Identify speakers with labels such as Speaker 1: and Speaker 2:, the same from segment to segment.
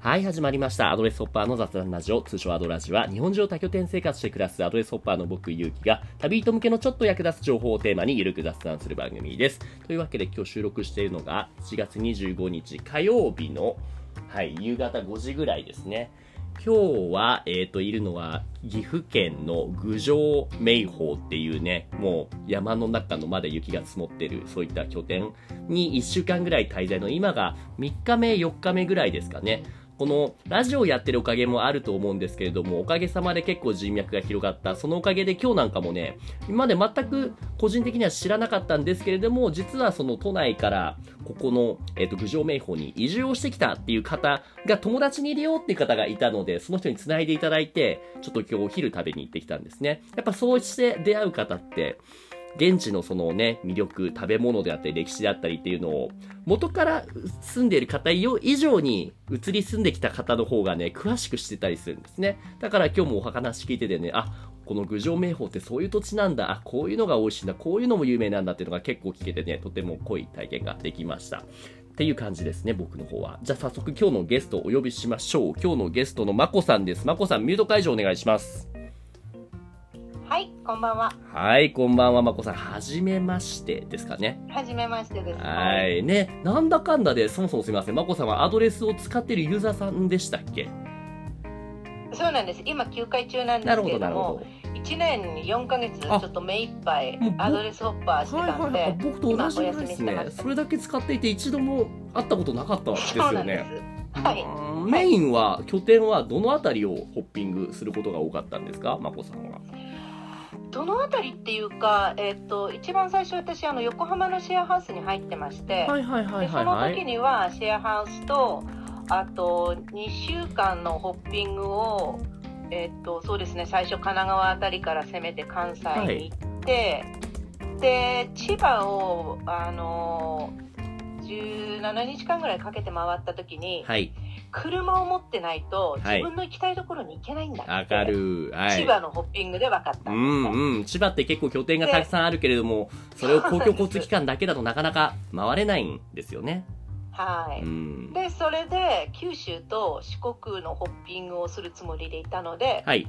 Speaker 1: はい、始まりました。アドレスホッパーの雑談ラジオ、通称アドラジは、日本中を多拠点生活して暮らすアドレスホッパーの僕、ゆうきが、旅人向けのちょっと役立つ情報をテーマにゆるく雑談する番組です。というわけで、今日収録しているのが、7月25日火曜日の、はい、夕方5時ぐらいですね。今日は、えっ、と、いるのは、岐阜県の郡上名峰っていうね、もう山の中のまだ雪が積もってる、そういった拠点に1週間ぐらい滞在の、今が3日目、4日目ぐらいですかね。このラジオをやってるおかげもあると思うんですけれども、おかげさまで結構人脈が広がった。そのおかげで今日なんかもね、今まで全く個人的には知らなかったんですけれども、実はその都内から、ここの、えっ、と、郡上名峰に移住をしてきたっていう方が友達にいるよっていう方がいたので、その人に繋いでいただいて、ちょっと今日お昼食べに行ってきたんですね。やっぱそうして出会う方って、現地のそのね、魅力、食べ物であったり、歴史であったりっていうのを、元から住んでいる方よ以上に移り住んできた方の方がね、詳しくしてたりするんですね。だから今日もお話聞いててね、あ、この郡上名峰ってそういう土地なんだ、あ、こういうのが美味しいんだ、こういうのも有名なんだっていうのが結構聞けてね、とても濃い体験ができました。っていう感じですね、僕の方は。じゃあ早速今日のゲストをお呼びしましょう。今日のゲストのまこさんです。まこさん、ミュート解除お願いします。
Speaker 2: はい、こんばんは。
Speaker 1: はい、こんばんは、まこさん。はじめましてですかね。
Speaker 2: はじめましてです。。
Speaker 1: はいい。ね、なんだかんだで、そもそもすみません。まこさんはアドレスを使ってるユーザーさんでしたっけ
Speaker 2: そうなんです。今休会中なんで
Speaker 1: な
Speaker 2: す
Speaker 1: る
Speaker 2: け
Speaker 1: ほ
Speaker 2: れ
Speaker 1: ど、な
Speaker 2: ど
Speaker 1: る
Speaker 2: も、
Speaker 1: ほ
Speaker 2: 一年に四ヶ月ちょ
Speaker 1: あ
Speaker 2: っと目いっぱい
Speaker 1: もうぼ
Speaker 2: アドレスホッパーして
Speaker 1: ど。はい
Speaker 2: た
Speaker 1: は
Speaker 2: ん
Speaker 1: いはい
Speaker 2: で。。
Speaker 1: 僕と同じぐらいです
Speaker 2: 今お休みして
Speaker 1: ね
Speaker 2: ま。す
Speaker 1: それだけ使っていて、一度も会ったことなかったです
Speaker 2: そうな
Speaker 1: よ
Speaker 2: んです
Speaker 1: ね。。
Speaker 2: はい。
Speaker 1: うんメインは、拠点はどのあたりをホッピングすることが多かったんですか、まこさんは。
Speaker 2: どのあたりっていうか、えっ、と一番最初私あの横浜のシェアハウスに入ってまして、
Speaker 1: いはいは
Speaker 2: でその時。にはシェアハウスとあと二週間のホッピングをえっ、とそうですね最初神奈川あたりから攻めて関西に行って、で千葉をあの17日間ぐらいかけて回った時に、
Speaker 1: はい。
Speaker 2: 車を持ってないと
Speaker 1: はい
Speaker 2: 自分の行きたいところに行けないんだ
Speaker 1: わ
Speaker 2: って、
Speaker 1: かる。はい。
Speaker 2: 千葉のホッピングで分かった
Speaker 1: うん
Speaker 2: ですね
Speaker 1: んうん、千葉って結構拠点がたくさんあるけれども、それを公共交通機関だけだとなかなか回れないんですよね。
Speaker 2: はい、
Speaker 1: うん、
Speaker 2: でそれで九州と四国のホッピングをするつもりでいたので
Speaker 1: はい、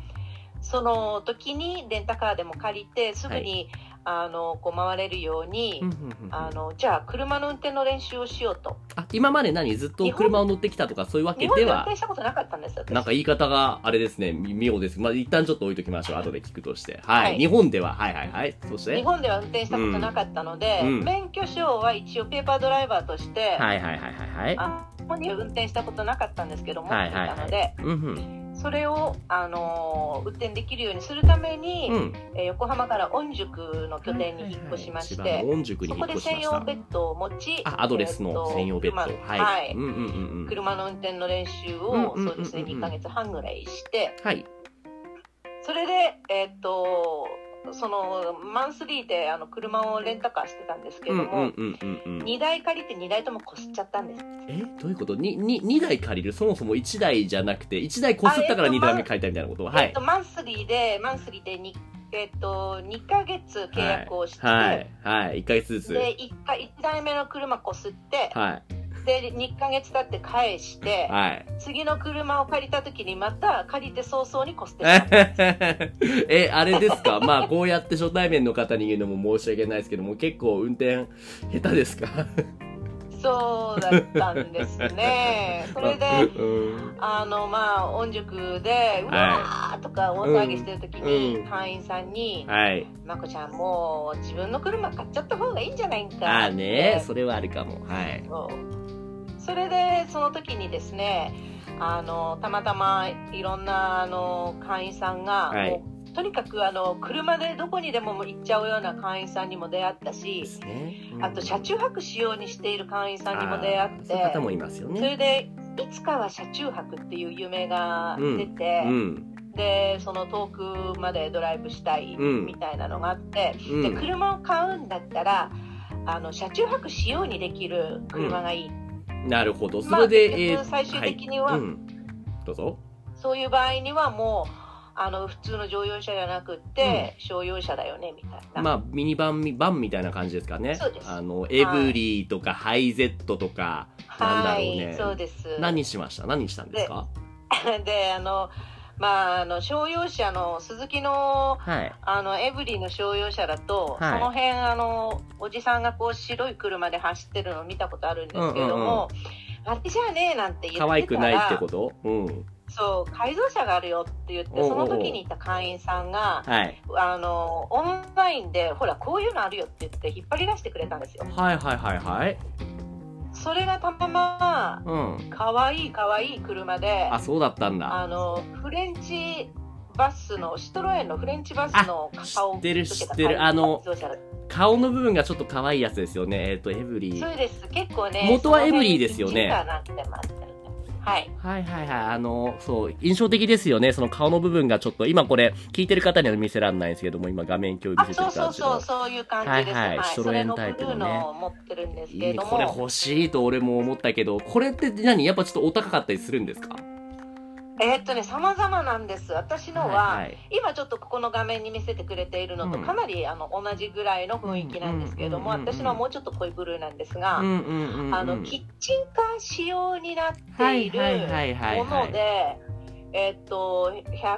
Speaker 2: その時にレンタカーでも借りてすぐに、あのこう回れるように、
Speaker 1: うんうんうん
Speaker 2: あのじゃあ車の運転の練習をしようと
Speaker 1: あ今まで何ずっと車を乗ってきたとかそういうわけ
Speaker 2: 日本
Speaker 1: で
Speaker 2: で運
Speaker 1: は
Speaker 2: 転したことなかったんです私
Speaker 1: なんか言い方があれですねみ妙ですまあ一旦ちょっと置いときましょう後で聞くとしてはい、
Speaker 2: はい
Speaker 1: 日本でははいはいはいそして
Speaker 2: 日本では運転したことなかったので、
Speaker 1: うんうん
Speaker 2: 免許証は一応ペーパードライバーとして、
Speaker 1: はいはいはいはいはい
Speaker 2: あ日本に運転したことなかったんですけど持
Speaker 1: は
Speaker 2: っ
Speaker 1: い
Speaker 2: て
Speaker 1: はいはい
Speaker 2: たので
Speaker 1: うんうん
Speaker 2: それを、あのー運転できるようにするために、
Speaker 1: うん
Speaker 2: えー横浜から御宿の拠点に引っ越しまして、
Speaker 1: はいはいはい千葉の御宿
Speaker 2: そ
Speaker 1: に引
Speaker 2: こ
Speaker 1: っ
Speaker 2: で
Speaker 1: 越し
Speaker 2: 専
Speaker 1: まし
Speaker 2: 用ベ
Speaker 1: た
Speaker 2: ッドを持ち
Speaker 1: あアドレスの専用ベッド、
Speaker 2: えーと
Speaker 1: は
Speaker 2: 車
Speaker 1: い、
Speaker 2: はい
Speaker 1: うんうんうんうん
Speaker 2: 車の運転の練習
Speaker 1: うんうん
Speaker 2: を、
Speaker 1: うんうんうん
Speaker 2: そうですね、2ヶ月半ぐらいして、
Speaker 1: はい
Speaker 2: それで、えーっと、その、マンスリーで、あの、車をレンタカーしてたんですけ
Speaker 1: う
Speaker 2: ど
Speaker 1: んう
Speaker 2: も、
Speaker 1: んうんうんうん
Speaker 2: 2台借りて2台ともこすっちゃったんです。
Speaker 1: えどういうことにに2台借りるそもそも1台じゃなくて1台こすったから
Speaker 2: あえっと
Speaker 1: 2台目借りたみたいなことは
Speaker 2: え
Speaker 1: い
Speaker 2: ーっと、マンスリーで、マンスリーで2、えーっと、2ヶ月契約をして、
Speaker 1: はいはい1ヶ月ずつ
Speaker 2: で、1か、一台目の車こすって、
Speaker 1: は
Speaker 2: で、2ヶ月経って返して
Speaker 1: い、はい
Speaker 2: 次の車を借りた時にまた借りて早々にこすってしまった。
Speaker 1: え、あれですか まあ、こうやって初対面の方に言うのも申し訳ないですけども、結構運転下手ですか
Speaker 2: そうだったんです ね。それで、
Speaker 1: うん
Speaker 2: あのまあ音塾で「うわー!」とか大騒ぎしてる時に、
Speaker 1: うん
Speaker 2: 会員さんに
Speaker 1: はい。
Speaker 2: 「まこちゃんもう自分の車買っちゃった方がいいんじゃないんか」
Speaker 1: ああね、
Speaker 2: って
Speaker 1: それはあるかも。はい。
Speaker 2: そうそれでその時にですねあのたまたまいろんなあの会員さんが、
Speaker 1: はい
Speaker 2: もうとにかくあの車でどこにでも行っちゃうような会員さんにも出会ったし
Speaker 1: ですね。
Speaker 2: あと車中泊しようにしている会員さんにも出
Speaker 1: あ
Speaker 2: 会っ
Speaker 1: ー
Speaker 2: て
Speaker 1: そういう方もいますよ
Speaker 2: それ
Speaker 1: ね。
Speaker 2: でいつかは車中泊っていう夢が出
Speaker 1: う
Speaker 2: て、
Speaker 1: ん。
Speaker 2: でその遠くまでドライブしたい
Speaker 1: うん
Speaker 2: みたいなのがあって、
Speaker 1: う
Speaker 2: で
Speaker 1: ん。
Speaker 2: 車を買うんだったらあの車中泊しようにできる車がいい、
Speaker 1: なるほど。そ
Speaker 2: まあ
Speaker 1: れで、
Speaker 2: 結局最終的には
Speaker 1: うん。どうぞ。
Speaker 2: そういう場合にはもうあの普通の乗用車じゃなくって、商用車だよねみたいな、
Speaker 1: まあ、ミニバン、みバンみたいな感じですかね。
Speaker 2: そうです
Speaker 1: あの、エブリーとか、ハイゼットとか、なんだ
Speaker 2: は
Speaker 1: ろう
Speaker 2: い、
Speaker 1: ね
Speaker 2: そうです
Speaker 1: 何しました何したんですか
Speaker 2: であのまああの商用車の鈴木の
Speaker 1: はい。
Speaker 2: あのエブリィの商用車だと、
Speaker 1: はい
Speaker 2: その辺あのおじさんがこう白い車で走ってるのを見たことあるんですけれども、あれじゃねえなんて言ってたら
Speaker 1: 可愛くないってことうん。
Speaker 2: そう改造車があるよって言って
Speaker 1: おうおう
Speaker 2: そ
Speaker 1: おう
Speaker 2: の時にいた会員さんが
Speaker 1: はい。
Speaker 2: あのオンラインでほらこういうのあるよって言って引っ張り出してくれたんですよ
Speaker 1: はいはいはいはい。
Speaker 2: それがたまま
Speaker 1: うん。
Speaker 2: 可愛い可愛い車で
Speaker 1: あ、そうだったんだ。
Speaker 2: あのフレンチバスのシトロエンのフレンチバスの顔を
Speaker 1: 知ってる
Speaker 2: つけ
Speaker 1: 知
Speaker 2: た
Speaker 1: ってるあの
Speaker 2: 改造車だ
Speaker 1: 顔の部分がちょっと可愛いやつですよね。えっ、と、エブリ
Speaker 2: そう
Speaker 1: ー。
Speaker 2: です結構ね
Speaker 1: 元はエブリーですよね
Speaker 2: その辺に時間なんてもあったりねはい
Speaker 1: はいはいはい。あの、そう、印象的ですよね。その顔の部分がちょっと、今これ、聞いてる方には見せられないんですけども、今画面共有見
Speaker 2: あ
Speaker 1: せて
Speaker 2: そ
Speaker 1: る
Speaker 2: うそう
Speaker 1: 感じ
Speaker 2: そ
Speaker 1: の
Speaker 2: う。そういう感じです
Speaker 1: は
Speaker 2: はいい、
Speaker 1: はいシト
Speaker 2: そ
Speaker 1: ロエ
Speaker 2: れ
Speaker 1: ン
Speaker 2: のブ
Speaker 1: タ
Speaker 2: ル
Speaker 1: イプのね
Speaker 2: ーのを持ってるんですけ
Speaker 1: い
Speaker 2: れ
Speaker 1: い
Speaker 2: ども
Speaker 1: これ欲しいと俺も思ったけど、これって何やっぱちょっとお高かったりするんですか
Speaker 2: えーっとね様々なんです私のは、
Speaker 1: はいはい
Speaker 2: 今ちょっとここの画面に見せてくれているのと
Speaker 1: うん
Speaker 2: かなり、あの同じぐらいの雰囲気なんですけれども、
Speaker 1: うんうんうんうん
Speaker 2: 私のはもうちょっと濃いブルーなんですが、
Speaker 1: うんうんうんうん。
Speaker 2: あのキッチンカー仕様になっている
Speaker 1: はいはいはいはい
Speaker 2: も
Speaker 1: はい
Speaker 2: ので、えーっと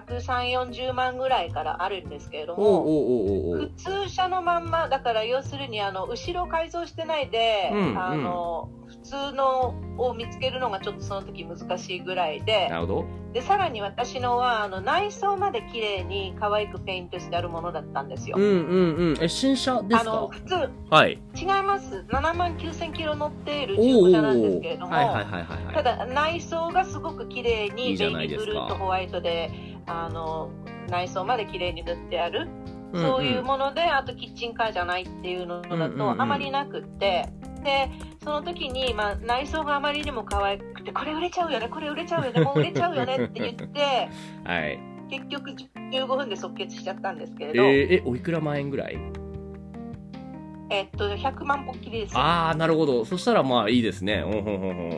Speaker 2: 13040万ぐらいからあるんですけれど
Speaker 1: お
Speaker 2: も。
Speaker 1: うおうおうおうお
Speaker 2: 普
Speaker 1: う。
Speaker 2: 通車のまんまだから要するにあの後ろ改造してないで、
Speaker 1: うんうん
Speaker 2: あの普通のを見つけるのがちょっとその時難しいぐらいで
Speaker 1: なるほど。
Speaker 2: でさらに私のはあの内装まで綺麗に可愛くペイントしてあるものだったんですよ。
Speaker 1: うんうんうん。え、新車ですか
Speaker 2: あの普通
Speaker 1: はい。
Speaker 2: 違います7万9000キロ乗っている
Speaker 1: おうおう
Speaker 2: 中古
Speaker 1: お
Speaker 2: 車なんです
Speaker 1: う
Speaker 2: けれども、
Speaker 1: はいはいはいはいはい
Speaker 2: た。だ内装がすごく綺麗
Speaker 1: いい
Speaker 2: に
Speaker 1: じ
Speaker 2: ベ
Speaker 1: ゃ
Speaker 2: イビ
Speaker 1: ないで
Speaker 2: ー
Speaker 1: す
Speaker 2: ブ
Speaker 1: か
Speaker 2: ルーとホワイトであの内装まで綺麗に塗ってある
Speaker 1: ん
Speaker 2: そういうもので、あとキッチンカーじゃないっていうの
Speaker 1: うんう
Speaker 2: だ
Speaker 1: んうん
Speaker 2: とあまりなくって、で、その時に、まあ、内装があまりにも可愛くて、これ売れちゃうよね、これ売れちゃう よね、もう売れちゃうよねって言って、
Speaker 1: はい。
Speaker 2: 結局15分で即決しちゃったんですけれ
Speaker 1: え
Speaker 2: ど、え
Speaker 1: ーえ、おいくら万円ぐらい
Speaker 2: っと、100万ポッキリです。
Speaker 1: ああ、なるほど。そしたらまあいいですね。うんうんうん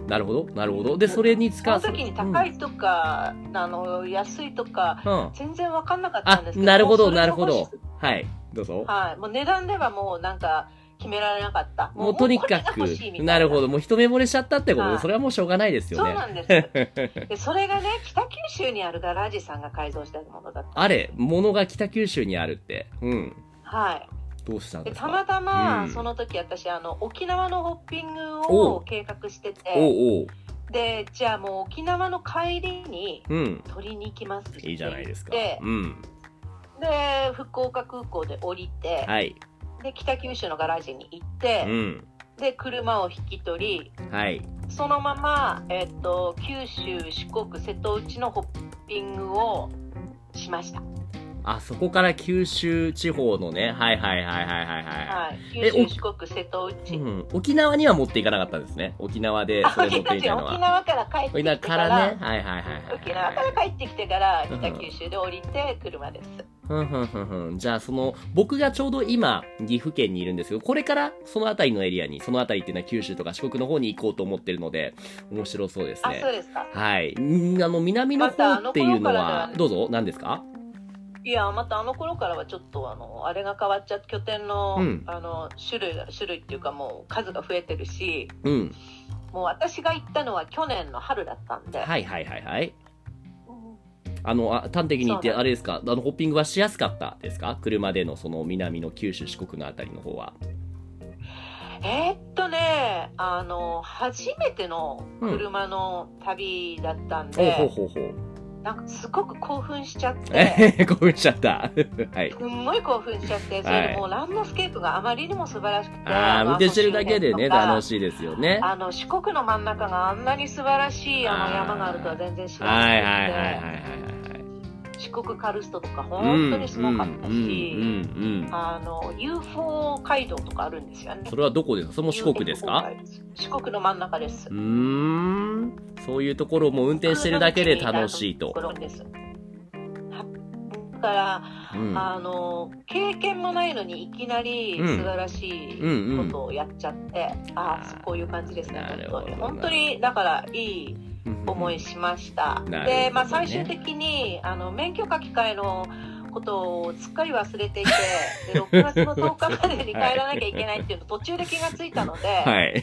Speaker 1: うん。なるほど、なるほど。で、それに
Speaker 2: そ
Speaker 1: 使
Speaker 2: の
Speaker 1: う。
Speaker 2: 時に高いとか、あの、安いとか、
Speaker 1: うん。うん。
Speaker 2: 全然わかんなかったん
Speaker 1: あ
Speaker 2: で、すけど、
Speaker 1: なるほ
Speaker 2: も
Speaker 1: ど、
Speaker 2: うそれ
Speaker 1: な
Speaker 2: が
Speaker 1: るほ
Speaker 2: 欲
Speaker 1: ど
Speaker 2: しくて。
Speaker 1: はい。どうぞ。
Speaker 2: はい。もう値段ではもうなんか決められなかった。
Speaker 1: もうとにかく、なるほど。。もう一目惚れしちゃったってこと
Speaker 2: は
Speaker 1: で、
Speaker 2: い
Speaker 1: それはもうしょうがないですよ
Speaker 2: そう
Speaker 1: ね。
Speaker 2: なんです。 でそれがね、北九州にあるガラージさんが改造したものだった。
Speaker 1: あれ、物が北九州にあるって。うん。
Speaker 2: は
Speaker 1: どうしたん
Speaker 2: い。で
Speaker 1: です
Speaker 2: た
Speaker 1: か
Speaker 2: またま、
Speaker 1: うん
Speaker 2: その時私、あの、沖縄のホッピング
Speaker 1: おう
Speaker 2: を計画して
Speaker 1: お
Speaker 2: て、
Speaker 1: うおう。
Speaker 2: で、じゃあもう沖縄の帰りに
Speaker 1: うん。
Speaker 2: 取りに行きますって言って
Speaker 1: いいじゃないですか。
Speaker 2: で、
Speaker 1: うん。
Speaker 2: で福岡空港で降りて、
Speaker 1: はい。
Speaker 2: で、北九州のガラージに行っ
Speaker 1: う
Speaker 2: て、
Speaker 1: ん。
Speaker 2: で、車を引き取り、
Speaker 1: はい。
Speaker 2: そのまま、えっと、九州、四国、瀬戸内のホッピングをしました。
Speaker 1: あ、そこから九州地方のね。はいはいはいはいはいは
Speaker 2: はい。
Speaker 1: え
Speaker 2: 九
Speaker 1: お
Speaker 2: 州、四国、瀬戸内。
Speaker 1: い。うん。沖縄には持っていかなかったんですね。沖縄でそれ持っていたの
Speaker 2: 沖
Speaker 1: は。
Speaker 2: 縄から帰って
Speaker 1: 沖
Speaker 2: きて
Speaker 1: 縄
Speaker 2: か
Speaker 1: かららね。はいはいはいはい。
Speaker 2: 沖縄から帰ってきてから北九州で降りて車です、
Speaker 1: ふんふんふんふん。じゃあ、その、僕がちょうど今、岐阜県にいるんですけど、これからその辺りのエリアに、その辺りっていうのは九州とか四国の方に行こうと思ってるので、面白そうです
Speaker 2: あ
Speaker 1: ね
Speaker 2: そ。うですか
Speaker 1: はい。んあの、南の方っていうの
Speaker 2: またあの頃から
Speaker 1: は、
Speaker 2: では
Speaker 1: どうぞ、何ですか
Speaker 2: いやまたあの頃からはちょっとあのあれが変わっちゃって拠点の,、
Speaker 1: うん
Speaker 2: あの種類が種類っていうかもう数が増えてるし
Speaker 1: うん。
Speaker 2: もう私が行ったのは去年の春だったんで、
Speaker 1: はいはいはいはい。
Speaker 2: うん
Speaker 1: あの、あ端的に言って、
Speaker 2: そうだ
Speaker 1: あれですか、あの、ホッピングはしやすかったですか車でのその南の九州四国のあたりの方は。
Speaker 2: えーっとねあの初めての車の旅だった
Speaker 1: お
Speaker 2: ん
Speaker 1: うほう
Speaker 2: で、
Speaker 1: ほうほう。
Speaker 2: なんかすごく興奮しちゃって。
Speaker 1: え へへ、興奮しちゃった。はい。
Speaker 2: すんごい興奮しちゃって、それでもうランドスケープがあまりにも素晴らしくて、
Speaker 1: ああ、運転してるだけでね、楽
Speaker 2: い。
Speaker 1: しいですよね。
Speaker 2: あの四国の真ん中があんなに素晴らしいあ
Speaker 1: あー
Speaker 2: の山があるとは全然知ら
Speaker 1: はいはいはいはいはい
Speaker 2: なくて、
Speaker 1: はい。
Speaker 2: 四国カルストとか本当にすごかった
Speaker 1: うん
Speaker 2: し、
Speaker 1: うんうんうん
Speaker 2: あの UFO 街道とかあるんですよね
Speaker 1: そ。れはどこですかそれも四国ですか
Speaker 2: UFO 街道四国の真ん中です
Speaker 1: うー。んそういうところも運転してるだけで楽しいと
Speaker 2: そうです。はから、
Speaker 1: うん
Speaker 2: あの経験もないのにいきなり
Speaker 1: うん
Speaker 2: 素晴らし
Speaker 1: うん
Speaker 2: い
Speaker 1: うん
Speaker 2: ことをやっちゃって、ああこういう感じですね
Speaker 1: なるほど
Speaker 2: 本当に
Speaker 1: な
Speaker 2: 本当にだからいい思いしまし
Speaker 1: なる
Speaker 2: た、
Speaker 1: ほどね
Speaker 2: で、まあ、最終的にあの免許書き換えのことをすっかり忘れていてで6月の10日ま でに帰らなきゃいけないっていうの途中で気がついたので、
Speaker 1: はい。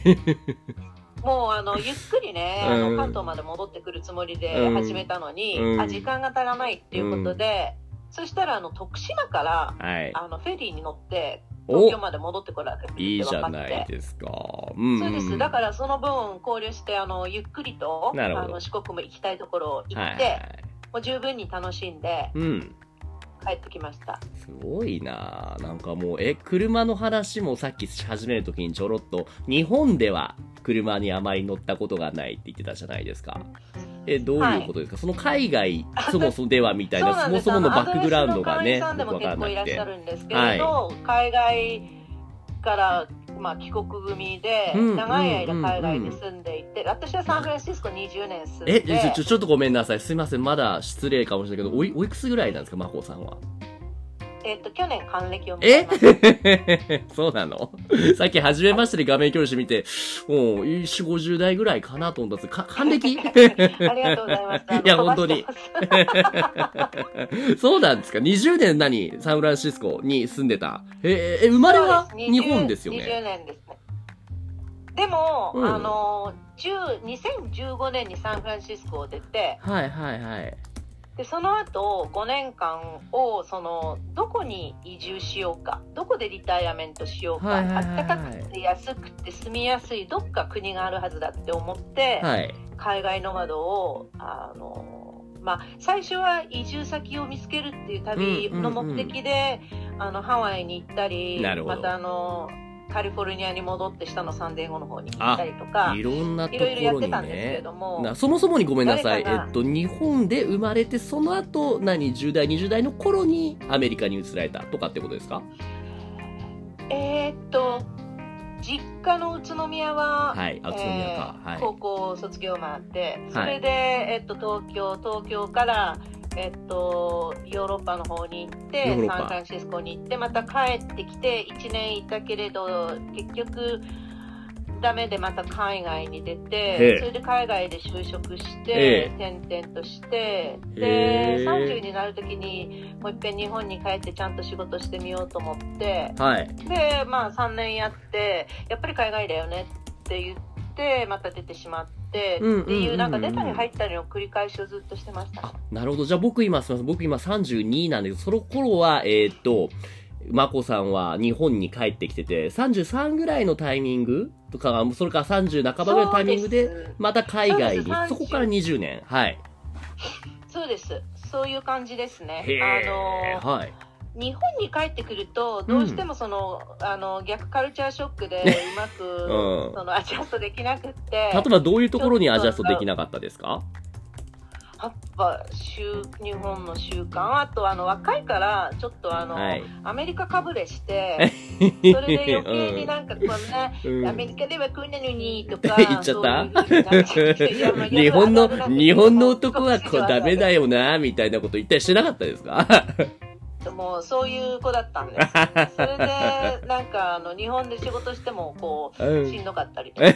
Speaker 2: もうあのゆっくりね、あ
Speaker 1: うん
Speaker 2: の関東まで戻ってくるつもりで始めたのに、
Speaker 1: うん
Speaker 2: あ時間が足らないっていうことで、そしたらあの徳島から
Speaker 1: はい。
Speaker 2: あのフェリーに乗って東京
Speaker 1: お
Speaker 2: まで戻ってこられるって
Speaker 1: いいじ
Speaker 2: 分
Speaker 1: ゃ
Speaker 2: かっ
Speaker 1: ない
Speaker 2: て。
Speaker 1: ですか。うん
Speaker 2: そうです。だ
Speaker 1: か
Speaker 2: からその分考慮して、あの、ゆっくりと、
Speaker 1: なるほど
Speaker 2: あの、四国も行きたいところ行
Speaker 1: は
Speaker 2: っ
Speaker 1: い
Speaker 2: て、
Speaker 1: はい。
Speaker 2: もう十分に楽しんで
Speaker 1: うん。
Speaker 2: 帰ってきました。
Speaker 1: すごいななんかもう、え、車の話もさっきし始めるときにちょろっと、日本では車にあまり乗ったことがないって言ってたじゃないですか。え、どういうことですか、その海外、そもそもではみたい
Speaker 2: そう
Speaker 1: な、
Speaker 2: な
Speaker 1: そ
Speaker 2: ん
Speaker 1: も
Speaker 2: です
Speaker 1: そものバックグラウンドがね、よ
Speaker 2: あのアド
Speaker 1: くわ
Speaker 2: レス
Speaker 1: かんな
Speaker 2: の会員さんでも結構いら
Speaker 1: く
Speaker 2: っしゃ
Speaker 1: て。
Speaker 2: るんですけれど、海外から、まあ、帰国組で、
Speaker 1: うん
Speaker 2: 長い間海外に住んでいて、私はサンフランシスコ20年住ん
Speaker 1: え、
Speaker 2: で、
Speaker 1: ちょ、ちょ、ちょっとごめんなさい。すいません。まだ失礼かもしれないけど、おい、おいくつぐらいなんですか、真帆さんは。
Speaker 2: えっと、去年還暦を迎え
Speaker 1: え
Speaker 2: ました。
Speaker 1: そうなのさっき初めましてで画面共有してみて、もう、4、50代ぐらいかなと思ったんですか、還暦
Speaker 2: ありがとうございます。あの
Speaker 1: いや本当に
Speaker 2: 飛ばしてます
Speaker 1: そうなんですか ?20 年何サンフランシスコに住んでた。えーえ、生まれは
Speaker 2: そうです
Speaker 1: 日本ですよ
Speaker 2: 20
Speaker 1: ね。
Speaker 2: 20年ですね。でも、
Speaker 1: うん
Speaker 2: あの、10 2015年にサンフランシスコを出て、
Speaker 1: はいはいはい。
Speaker 2: で、その後5年間を、その、どこに移住しようか、どこでリタイアメントしようか、
Speaker 1: はいはいはい
Speaker 2: あったかくて安くて住みやすい、どっか国があるはずだって思って、
Speaker 1: はい。
Speaker 2: 海外ノマドを、あの、まあ、最初は移住先を見つけるっていう旅の目的で、あの、ハワイに行ったり
Speaker 1: なる、ほど
Speaker 2: またあの、カリフォルニアに戻って下のサンディエゴの方に行ったりとか、
Speaker 1: いろんないとこ
Speaker 2: ろいろやっ
Speaker 1: ろ
Speaker 2: て
Speaker 1: に
Speaker 2: たんですけれ
Speaker 1: ね。
Speaker 2: ども、
Speaker 1: なそもそもにごめんなさい。
Speaker 2: 誰かが
Speaker 1: えっと、日本で生まれて、その後、何、10代、20代の頃にアメリカに移られたとかってことですか
Speaker 2: えーっと、実家の宇都宮は、
Speaker 1: はい。あ、宇都宮か。
Speaker 2: えー
Speaker 1: はい。
Speaker 2: 高校卒業もあって、それで、えっと、東京、東京から、えっと、ヨーロッパの方に行っ
Speaker 1: ヨーロ
Speaker 2: て、
Speaker 1: ッパ
Speaker 2: サンフランシスコに行って、また帰ってきて、1年いたけれど、結局、ダメでまた海外に出
Speaker 1: ええ
Speaker 2: て、それで海外で就職し
Speaker 1: え
Speaker 2: て、転々として、
Speaker 1: へえ
Speaker 2: で、30になるときに、もういっぺん日本に帰ってちゃんと仕事してみようと思って、
Speaker 1: はい。
Speaker 2: で、まあ3年やって、やっぱり海外だよねって言って、また出てしまって、って
Speaker 1: うんうんうんうん
Speaker 2: いう、なんか出たり入ったりの繰り返しをずっとしてました。
Speaker 1: あ、なるほど。じゃあ僕今、すみません。僕今32なんだけど、その頃は、えーっと、まこさんは日本に帰ってきてて、33ぐらいのタイミングとか、それから30半ばぐらいのタイミングで、
Speaker 2: で
Speaker 1: また海外に
Speaker 2: そうで、す
Speaker 1: そこから20年。はい。
Speaker 2: そうです。そういう感じですね
Speaker 1: へ。
Speaker 2: あ
Speaker 1: え。
Speaker 2: の、
Speaker 1: はい。
Speaker 2: 日本に帰ってくると、どうしてもその、あの、逆カルチャーショッ クで、うまく、
Speaker 1: うん
Speaker 2: その、アジャストできなくって、
Speaker 1: 例えばどういうところにアジャストできなかったですか
Speaker 2: やっぱ、習日本の習慣、あと、あの、若いから、ちょっとあの、
Speaker 1: はい。
Speaker 2: アメリカかぶれ して、それで余計になんかこんな、
Speaker 1: うん
Speaker 2: ア メリカではこんなのにとか
Speaker 1: 言っちゃった日本の、日本の男はこうダメだ
Speaker 2: よ
Speaker 1: よな、みたいなこと言ったりしてなかったですか
Speaker 2: もうそういう子だったんですそれでなんかあの日本で仕事してもこ
Speaker 1: う
Speaker 2: うし
Speaker 1: ん。
Speaker 2: んどかったりとかし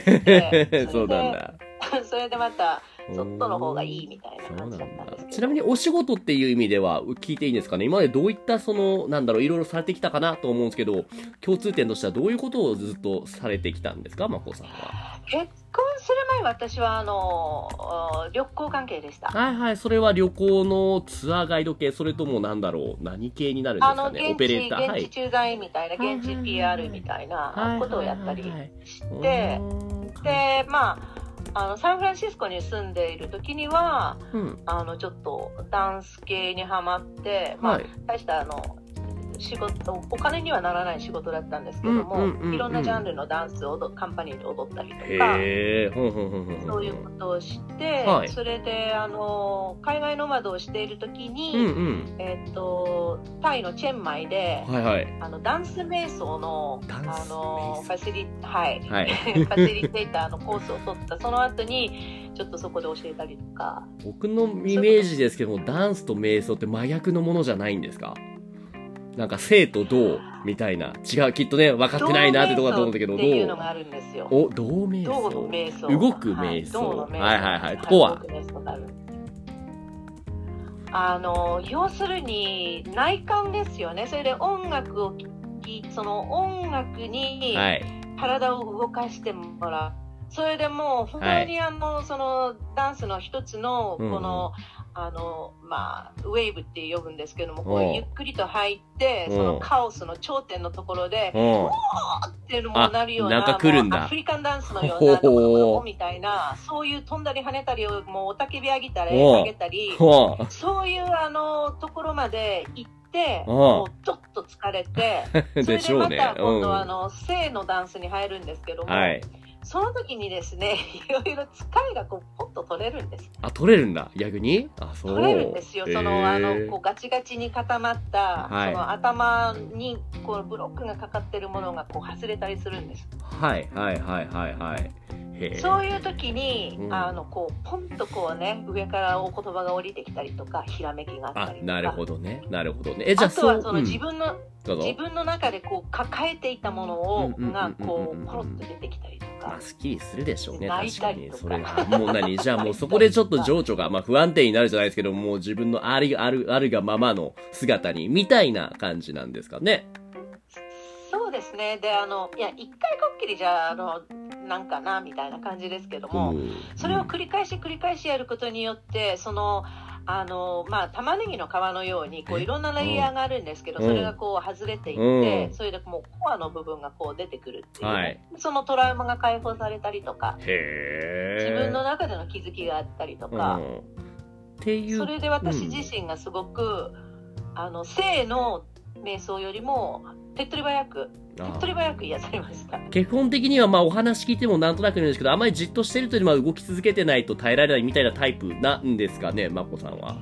Speaker 2: て
Speaker 1: そうなんだ。
Speaker 2: それでそれでまたそっとの方がいいみたい
Speaker 1: そうな
Speaker 2: な感
Speaker 1: ん
Speaker 2: じだったんで
Speaker 1: だ
Speaker 2: すけど
Speaker 1: ちなみにお仕事っていう意味では聞いていいんですかね今までどういったそのなんだろういろいろされてきたかなと思うんですけど共通点としてはどういうことをずっとされてきたんですかまこさんは
Speaker 2: 結婚する前私はあのあー旅行関係でした
Speaker 1: はいはいそれは旅行のツアーガイド系それともなんだろう何系になるんです
Speaker 2: あの
Speaker 1: かね
Speaker 2: 現
Speaker 1: オペレ
Speaker 2: 地
Speaker 1: ーターは
Speaker 2: 現地
Speaker 1: い
Speaker 2: 駐在員みたい
Speaker 1: は
Speaker 2: な
Speaker 1: いはい
Speaker 2: 現地 PR みたいなことをやったりして、
Speaker 1: はいはい
Speaker 2: でまああのサンフランシスコに住んでいる時には
Speaker 1: うん
Speaker 2: あのちょっとダンス系にはまって、まあ
Speaker 1: はい
Speaker 2: 大したあの仕事お金にはならない仕事だったんですけども、
Speaker 1: うんうんうんうん
Speaker 2: いろんなジャンルのダンスを踊カンパニーで踊ったりとか。
Speaker 1: へえ、ほんほんほんほんほん。
Speaker 2: そういうことをして、
Speaker 1: はい
Speaker 2: それであの海外ノマドをしている時に、
Speaker 1: うんうん。
Speaker 2: えっとタイのチェンマイで、
Speaker 1: はいはい。
Speaker 2: あのダンス瞑想の
Speaker 1: ダンス瞑想
Speaker 2: あのファシリはい、
Speaker 1: はい。
Speaker 2: ファシリテーターのコースを取ったその後にちょっとそこで教えたりとか
Speaker 1: 僕のイメージですけども、ダンスと瞑想って真逆のものじゃないんですかなんか生と動みたいな。違う、きっとね、分かってないなってとこだと思うんだけど、
Speaker 2: 同
Speaker 1: ど
Speaker 2: 瞑想っていうのがあ
Speaker 1: う
Speaker 2: るんですよ
Speaker 1: お、同瞑
Speaker 2: 動の
Speaker 1: 想。
Speaker 2: 瞑想
Speaker 1: 動く瞑想
Speaker 2: はい動の瞑想
Speaker 1: はいはいはいとは
Speaker 2: 動く瞑想があるあの要するに内観ですよねそれで音楽を聴きその音楽に
Speaker 1: はい。
Speaker 2: 体を動かしてもらう、それでもう本当にあの、そのダンスの一つのこ
Speaker 1: うんうん
Speaker 2: の、あのまあウェーブって呼ぶんですけどもこ
Speaker 1: おう
Speaker 2: うゆっくりと入って
Speaker 1: おう
Speaker 2: そのカオスの頂点のところで
Speaker 1: うん。
Speaker 2: っていうのもなるよう
Speaker 1: あ
Speaker 2: な
Speaker 1: なんか来るんだ
Speaker 2: もうアフリカンダンスのよう
Speaker 1: ほほ
Speaker 2: な
Speaker 1: ほ
Speaker 2: ロコロコみたいなそういう飛んだり跳ねたりをもうおたけび上げたり
Speaker 1: おう
Speaker 2: 上げたり
Speaker 1: ほう。
Speaker 2: そういうあのところまで行って
Speaker 1: おう
Speaker 2: もうちょっと疲れて。 そ
Speaker 1: で
Speaker 2: れで
Speaker 1: しょう
Speaker 2: ま
Speaker 1: ね。
Speaker 2: た
Speaker 1: う
Speaker 2: 今
Speaker 1: ん。
Speaker 2: 度はあ
Speaker 1: は
Speaker 2: の、性のダンスに入るんですけども、
Speaker 1: い。
Speaker 2: その時にですね、いろいろ疲れがこうポッと取れるんです。
Speaker 1: あ、取れるんだ。逆にあ、そう。
Speaker 2: 取れるんですよ。そ
Speaker 1: へ
Speaker 2: の
Speaker 1: ー
Speaker 2: あのこうガチガチに固まった、
Speaker 1: はい
Speaker 2: その頭にこうブロックがかかってるものがこう外れたりするんです。
Speaker 1: はいはいはいはいはい。へえ。
Speaker 2: そういう時に、
Speaker 1: うん
Speaker 2: あのこうポンとこうね上からお言葉が降りてきたりとか、ひらめきがあっ
Speaker 1: あ
Speaker 2: たりと、か。
Speaker 1: なるほどね。なるほどね。え、じゃ
Speaker 2: あ
Speaker 1: あ、
Speaker 2: とはその
Speaker 1: うん
Speaker 2: 自分の、
Speaker 1: どうぞ
Speaker 2: 自分の中でこう抱えていたもの
Speaker 1: う
Speaker 2: を
Speaker 1: んうんうんうんうん
Speaker 2: がこうポロッと出てきたりと
Speaker 1: ま
Speaker 2: か
Speaker 1: あ、。すっきりするでしょうね。
Speaker 2: 泣い
Speaker 1: 確か
Speaker 2: たり
Speaker 1: に。
Speaker 2: とか
Speaker 1: それが。もう何 じゃあもうそこでちょっと情緒が、まあ不安定になるじゃないですけど、もう自分のあり、ある、あるがままの姿に、みたいな感じなんですかね。
Speaker 2: そうですね。で、あの、いや、一回こっきりじゃ、あの、なんかな、みたいな感じですけども、
Speaker 1: ん
Speaker 2: それを繰り返し繰り返しやることによって、その、あの、まあ、玉ねぎの皮のように、こう、
Speaker 1: え
Speaker 2: いろんなレイヤーがあるんですけど、
Speaker 1: うん
Speaker 2: それがこう、外れていって、
Speaker 1: うん
Speaker 2: それでもう、コアの部分がこう、出てくるっていう、
Speaker 1: はい
Speaker 2: そのトラウマが解放されたりとか、
Speaker 1: へえ。
Speaker 2: 自分の中での気づきがあったりとか、
Speaker 1: うんってい、
Speaker 2: そうれで私自身がすごく、あの、性の瞑想よりも、手っ取り早く、手
Speaker 1: あ
Speaker 2: っ取り早く癒されました。
Speaker 1: 基本的にはまあお話聞いてもなんとなくなんですけど、あまりじっとしてるというよりまあ動き続けてないと耐えられないみたいなタイプなんですかね、まこさんは。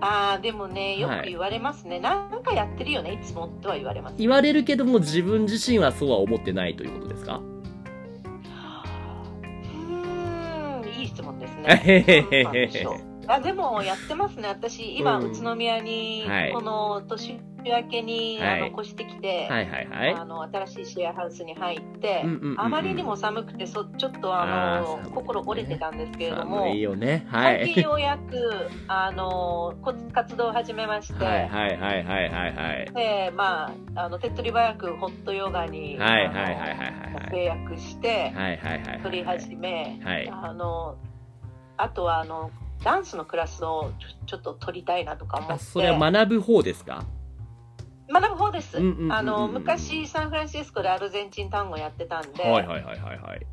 Speaker 2: ああでもねよ
Speaker 1: はい
Speaker 2: く言われますね、なんかやってるよねいつもとは言われます
Speaker 1: 言われるけども自分自身はそうは思ってないということですか
Speaker 2: うーんいい質問です
Speaker 1: えへへ
Speaker 2: ね
Speaker 1: へへ
Speaker 2: なんでしょうあでもやってますね私今、
Speaker 1: うん
Speaker 2: 宇都宮に、
Speaker 1: はい
Speaker 2: この年明けに、
Speaker 1: はい
Speaker 2: あの越してきて、
Speaker 1: はいはいはい。
Speaker 2: あの新しいシェアハウスに入って、
Speaker 1: うんうんうんうん
Speaker 2: あまりにも寒くてそちょっとあ
Speaker 1: あー
Speaker 2: の
Speaker 1: 寒いね
Speaker 2: 心折れてたんですけれども、
Speaker 1: 寒いよね。は
Speaker 2: 最近
Speaker 1: い。
Speaker 2: ようやくあのこ活動を始めまして、
Speaker 1: はいはいはいはいはいはい。
Speaker 2: でまああの手っ取り早くホットヨガに、
Speaker 1: はいはいはい
Speaker 2: あの
Speaker 1: はいはいはい。
Speaker 2: 制約して
Speaker 1: はいはいはいはい。
Speaker 2: 取り始め、
Speaker 1: はい。
Speaker 2: あのあとはあのダンスのクラスをちょちょっと取りたいなとか思って
Speaker 1: あ、それは学ぶ方ですか
Speaker 2: 学ぶ方です、
Speaker 1: うんうんうんうん
Speaker 2: あの昔サンフランシスコでアルゼンチン単語やってたんで、
Speaker 1: はいはいはいはいはい。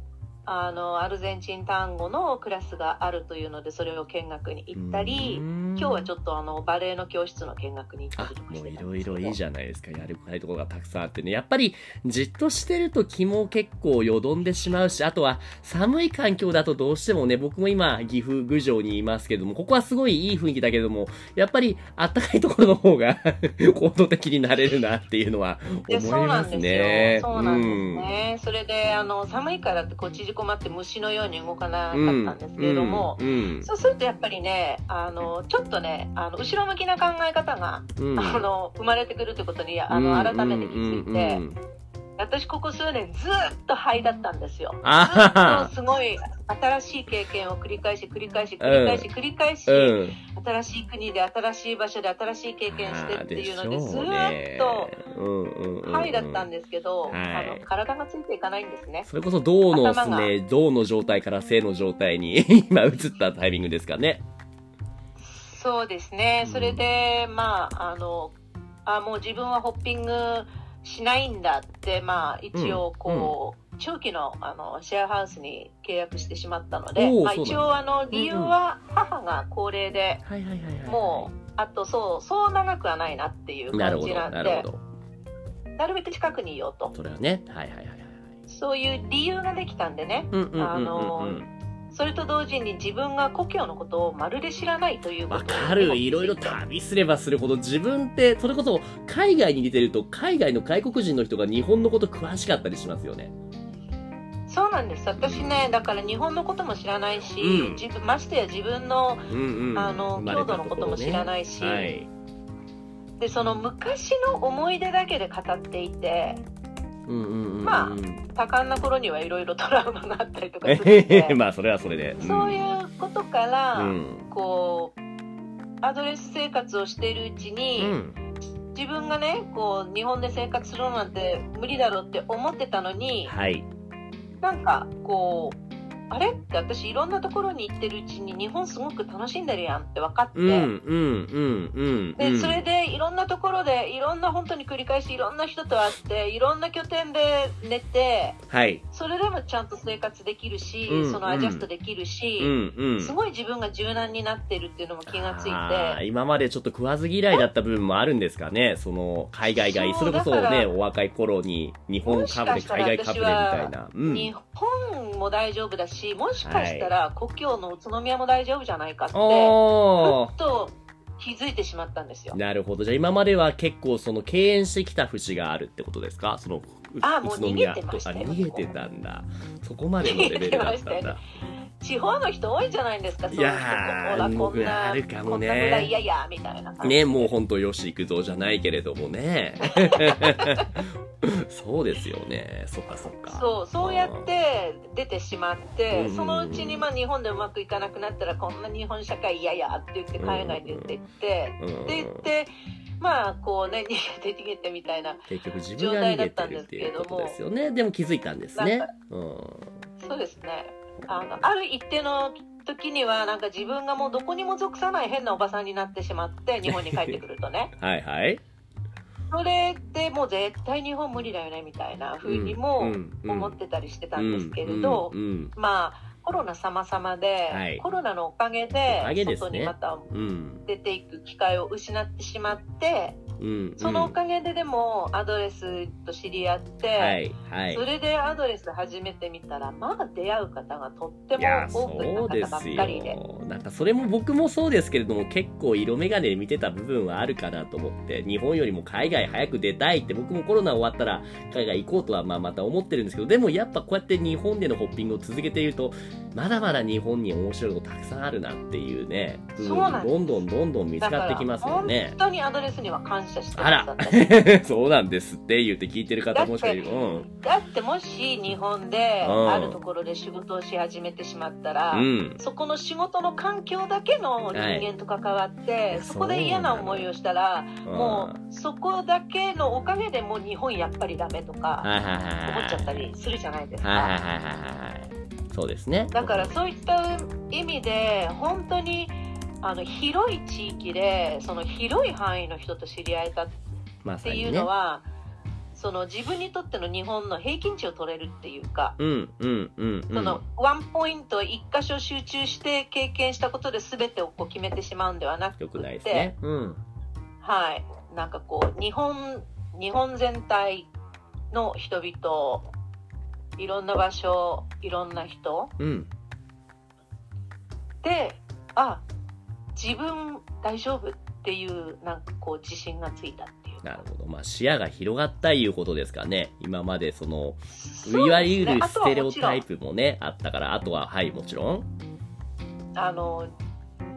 Speaker 2: あのアルゼンチン単語のクラスがあるというのでそれを見学に行ったり、
Speaker 1: 今
Speaker 2: 今日はちょっとあのバレエの教室の見学に行った
Speaker 1: あ
Speaker 2: りとか
Speaker 1: も
Speaker 2: し
Speaker 1: う
Speaker 2: て
Speaker 1: い
Speaker 2: たん
Speaker 1: ろ
Speaker 2: で
Speaker 1: い
Speaker 2: すけど
Speaker 1: ろいいじゃないですかやることないところがたくさんあってねやっぱりじっとしてると気も結構よどんでしまうしあとは寒い環境だとどうしてもね僕も今岐阜郡上にいますけどもここはすごいいい雰囲気だけどもやっぱりあったかいところの方が 行動的になれるなっていうのは思
Speaker 2: で
Speaker 1: い
Speaker 2: そうな
Speaker 1: ま
Speaker 2: ん
Speaker 1: す
Speaker 2: です
Speaker 1: ね
Speaker 2: よ。そうなんですね。それであの寒いからってこう縮こまって虫のように動かなかったんですけれども、
Speaker 1: うんうん
Speaker 2: そうするとやっぱりねあのちょっとねあの後ろ向きな考え方が、
Speaker 1: うん
Speaker 2: あの生まれてくるってことにあ
Speaker 1: う
Speaker 2: の
Speaker 1: ん
Speaker 2: 改めて気づいて、
Speaker 1: うんうんうん
Speaker 2: 私ここ数年ずっと灰だったんですよ。
Speaker 1: あは
Speaker 2: そう
Speaker 1: は
Speaker 2: すごい新しい経験を繰り返し繰り返し繰り返し繰り返し、
Speaker 1: うん
Speaker 2: 新しい国で新しい場所で新しい経験してっていうので
Speaker 1: あー
Speaker 2: ず
Speaker 1: しょう
Speaker 2: ー
Speaker 1: ね
Speaker 2: っと
Speaker 1: うんうんうんうん
Speaker 2: はいだったんですけど、
Speaker 1: はい
Speaker 2: あの体がついていかないんですね。
Speaker 1: それこそ銅のです
Speaker 2: 頭
Speaker 1: ね、銅の状態から性の状態に 今移ったタイミングですかね。
Speaker 2: そうですね。それで、まああのあもう自分はホッピングしないんだってまあ一応こう、長期のあのシェアハウスに契約してしまったので
Speaker 1: お、ー
Speaker 2: まあ
Speaker 1: そうなんだ
Speaker 2: 一応あの理由は母が高齢で、
Speaker 1: はいはいはい、はい。
Speaker 2: もうあとそうそう長くはないなっていう
Speaker 1: なる
Speaker 2: 感
Speaker 1: ほ
Speaker 2: じ
Speaker 1: ど、
Speaker 2: なんで
Speaker 1: な
Speaker 2: な
Speaker 1: る
Speaker 2: る
Speaker 1: ほど。
Speaker 2: べく近くにいようと
Speaker 1: それはね、はいはいはいはい。
Speaker 2: そういう理由ができたんでね
Speaker 1: うんうんうん
Speaker 2: あ
Speaker 1: うんう
Speaker 2: の
Speaker 1: ん。
Speaker 2: それと同時に自分が故郷のことをまるで知らないというこ
Speaker 1: わ
Speaker 2: と
Speaker 1: かる。いろいろ旅すればするほど自分って、それこそ海外に出てると海外の外国人の人が日本のこと詳しかったりしますよね。
Speaker 2: そうなんです私ねだから日本のことも知らないし、
Speaker 1: うん
Speaker 2: 自分ましてや自分の
Speaker 1: うんうん。
Speaker 2: あの
Speaker 1: 生まれた
Speaker 2: 郷土のことも知らないし
Speaker 1: ところねはい。
Speaker 2: でその昔の思い出だけで語っていて
Speaker 1: うんうんうんうん。
Speaker 2: まあ多感な頃にはいろいろトラウマがあったりとかするん
Speaker 1: えへへ
Speaker 2: で
Speaker 1: まあそれはそれで。ん
Speaker 2: そういうことから、
Speaker 1: うん。
Speaker 2: こうアドレス生活をしているうち
Speaker 1: う
Speaker 2: に、
Speaker 1: ん。
Speaker 2: 自分がねこう日本で生活するなんて無理だろうって思ってたのに
Speaker 1: はい。
Speaker 2: なんかこうあれって私いろんなところに行ってるうちに日本すごく楽しんでるやんって分かって、
Speaker 1: うんうんうんうん。う
Speaker 2: で
Speaker 1: ん
Speaker 2: それでいろんなところでいろんな本当に繰り返しいろんな人と会っていろんな拠点で寝て
Speaker 1: はい。
Speaker 2: それでもちゃんと生活できるし、
Speaker 1: うん
Speaker 2: そのアジャストできるし、
Speaker 1: うんうん。
Speaker 2: すごい自分が柔軟になってるっていうのも気がつい
Speaker 1: あー
Speaker 2: て。
Speaker 1: 今までちょっと食わず嫌いだった部分もあるんですかねその海外外
Speaker 2: そ
Speaker 1: そうれこ
Speaker 2: だ
Speaker 1: そ
Speaker 2: か
Speaker 1: ね
Speaker 2: ら
Speaker 1: お若い頃に日本かぶれ
Speaker 2: もしかした
Speaker 1: 海
Speaker 2: ら
Speaker 1: 外かぶれみたいな、うん
Speaker 2: 日、本も大丈夫だしもしかしたら故郷の宇都宮も大丈夫じゃないかって、
Speaker 1: お
Speaker 2: ふっと気づいてしまったんですよ
Speaker 1: ー。なるほどじゃあ今までは結構その敬遠してきた節があるってことですかそのう
Speaker 2: あーもう
Speaker 1: 宇都宮
Speaker 2: 逃げてましたよ
Speaker 1: あ逃げてたんだそこまでのレベルだった
Speaker 2: 逃げ
Speaker 1: ん
Speaker 2: てま
Speaker 1: だ
Speaker 2: 地方の人多いじゃないですか、その
Speaker 1: い
Speaker 2: 人
Speaker 1: やー
Speaker 2: ここだ、こん
Speaker 1: 僕あ
Speaker 2: な、
Speaker 1: るか
Speaker 2: こ
Speaker 1: も
Speaker 2: ん
Speaker 1: ね
Speaker 2: な村嫌や、みたいな感じ。
Speaker 1: ねもうほんとよし行くぞじゃないけれども ねそうですよねそっかそっか
Speaker 2: そうそうやって出てしまって、
Speaker 1: うん
Speaker 2: そのうちにまあ日本でうまくいかなくなったらこんな日本社会嫌やって言って海外で言ってって、
Speaker 1: うん
Speaker 2: で言ってまあこうね逃げて逃げてみたいな
Speaker 1: 結局自分が逃げてるっていうことですよねでも気づいたんですね
Speaker 2: なん
Speaker 1: うん
Speaker 2: そうですねあのある一定の時にはなんか自分がもうどこにも属さない変なおばさんになってしまって日本に帰ってくると ね
Speaker 1: はいはい
Speaker 2: それでもう絶対日本無理だよねみたいな風にも思ってたりしてたんですけれど、
Speaker 1: うんうん
Speaker 2: まあコロナ様々で、
Speaker 1: はい
Speaker 2: コロナのおかげ
Speaker 1: お
Speaker 2: で
Speaker 1: かげですね
Speaker 2: 外にまた
Speaker 1: うん
Speaker 2: 出ていく機会を失ってしまって
Speaker 1: うん
Speaker 2: そのおかげででもアドレスと知り合って、
Speaker 1: はいはい
Speaker 2: それでアドレス始めてみたらまあ出会う方がとって
Speaker 1: い
Speaker 2: も
Speaker 1: や
Speaker 2: オープンな
Speaker 1: そうで
Speaker 2: 方ばっ
Speaker 1: す
Speaker 2: かりで
Speaker 1: よなんかそれも僕もそうですけれども結構色眼鏡で見てた部分はあるかなと思って日本よりも海外早く出たいって僕もコロナ終わったら海外行こうとはまあまた思ってるんですけどでもやっぱこうやって日本でのホッピングを続けているとまだまだ日本に面白いことたくさんあるなっていうね部分
Speaker 2: そうなんです
Speaker 1: どんどんどんどん見つかってきますよね
Speaker 2: 本。当にアドレスには感謝して
Speaker 1: あ
Speaker 2: ます
Speaker 1: ら
Speaker 2: 私
Speaker 1: そうなんですって言って聞いてる方もしかいる。うん。
Speaker 2: だってもし日本で
Speaker 1: うん
Speaker 2: あるところで仕事をし始めてしまったら、
Speaker 1: うん。
Speaker 2: そこの仕事の環境だけの人間と関わって、
Speaker 1: い
Speaker 2: そこで嫌な思いをしたらもうそこだけのおかげでもう日本やっぱりダメと
Speaker 1: う
Speaker 2: か
Speaker 1: はいはいはいはい。
Speaker 2: 思っちゃったりするじゃないです
Speaker 1: はいはいはい
Speaker 2: か。
Speaker 1: はいはい。そうですね。
Speaker 2: だからそういった意味で本当にあの広い地域でその広い範囲の人と知り合えたっ
Speaker 1: まさ
Speaker 2: て
Speaker 1: に
Speaker 2: い
Speaker 1: ね
Speaker 2: うのは、その自分にとっての日本の平均値を取れるっていうか。
Speaker 1: うんうんうんうん。
Speaker 2: そのワンポイント一箇所集中して経験したことで全てをこう決めてしまうんではなくて
Speaker 1: よくないですね。うん。
Speaker 2: はい、なんかこう日本日本全体の人々いろんな場所いろんな人
Speaker 1: うん。
Speaker 2: であ自分大丈夫っていうなんかこう自信がついたっていう
Speaker 1: なるほど。まあ視野が広がったいうことですかね。今までその、
Speaker 2: そうですね
Speaker 1: いわゆる
Speaker 2: あと
Speaker 1: ス
Speaker 2: は
Speaker 1: テレ
Speaker 2: も
Speaker 1: オ
Speaker 2: ちろん
Speaker 1: タイプもね、あったから、あとは、はい、もちろん。
Speaker 2: あの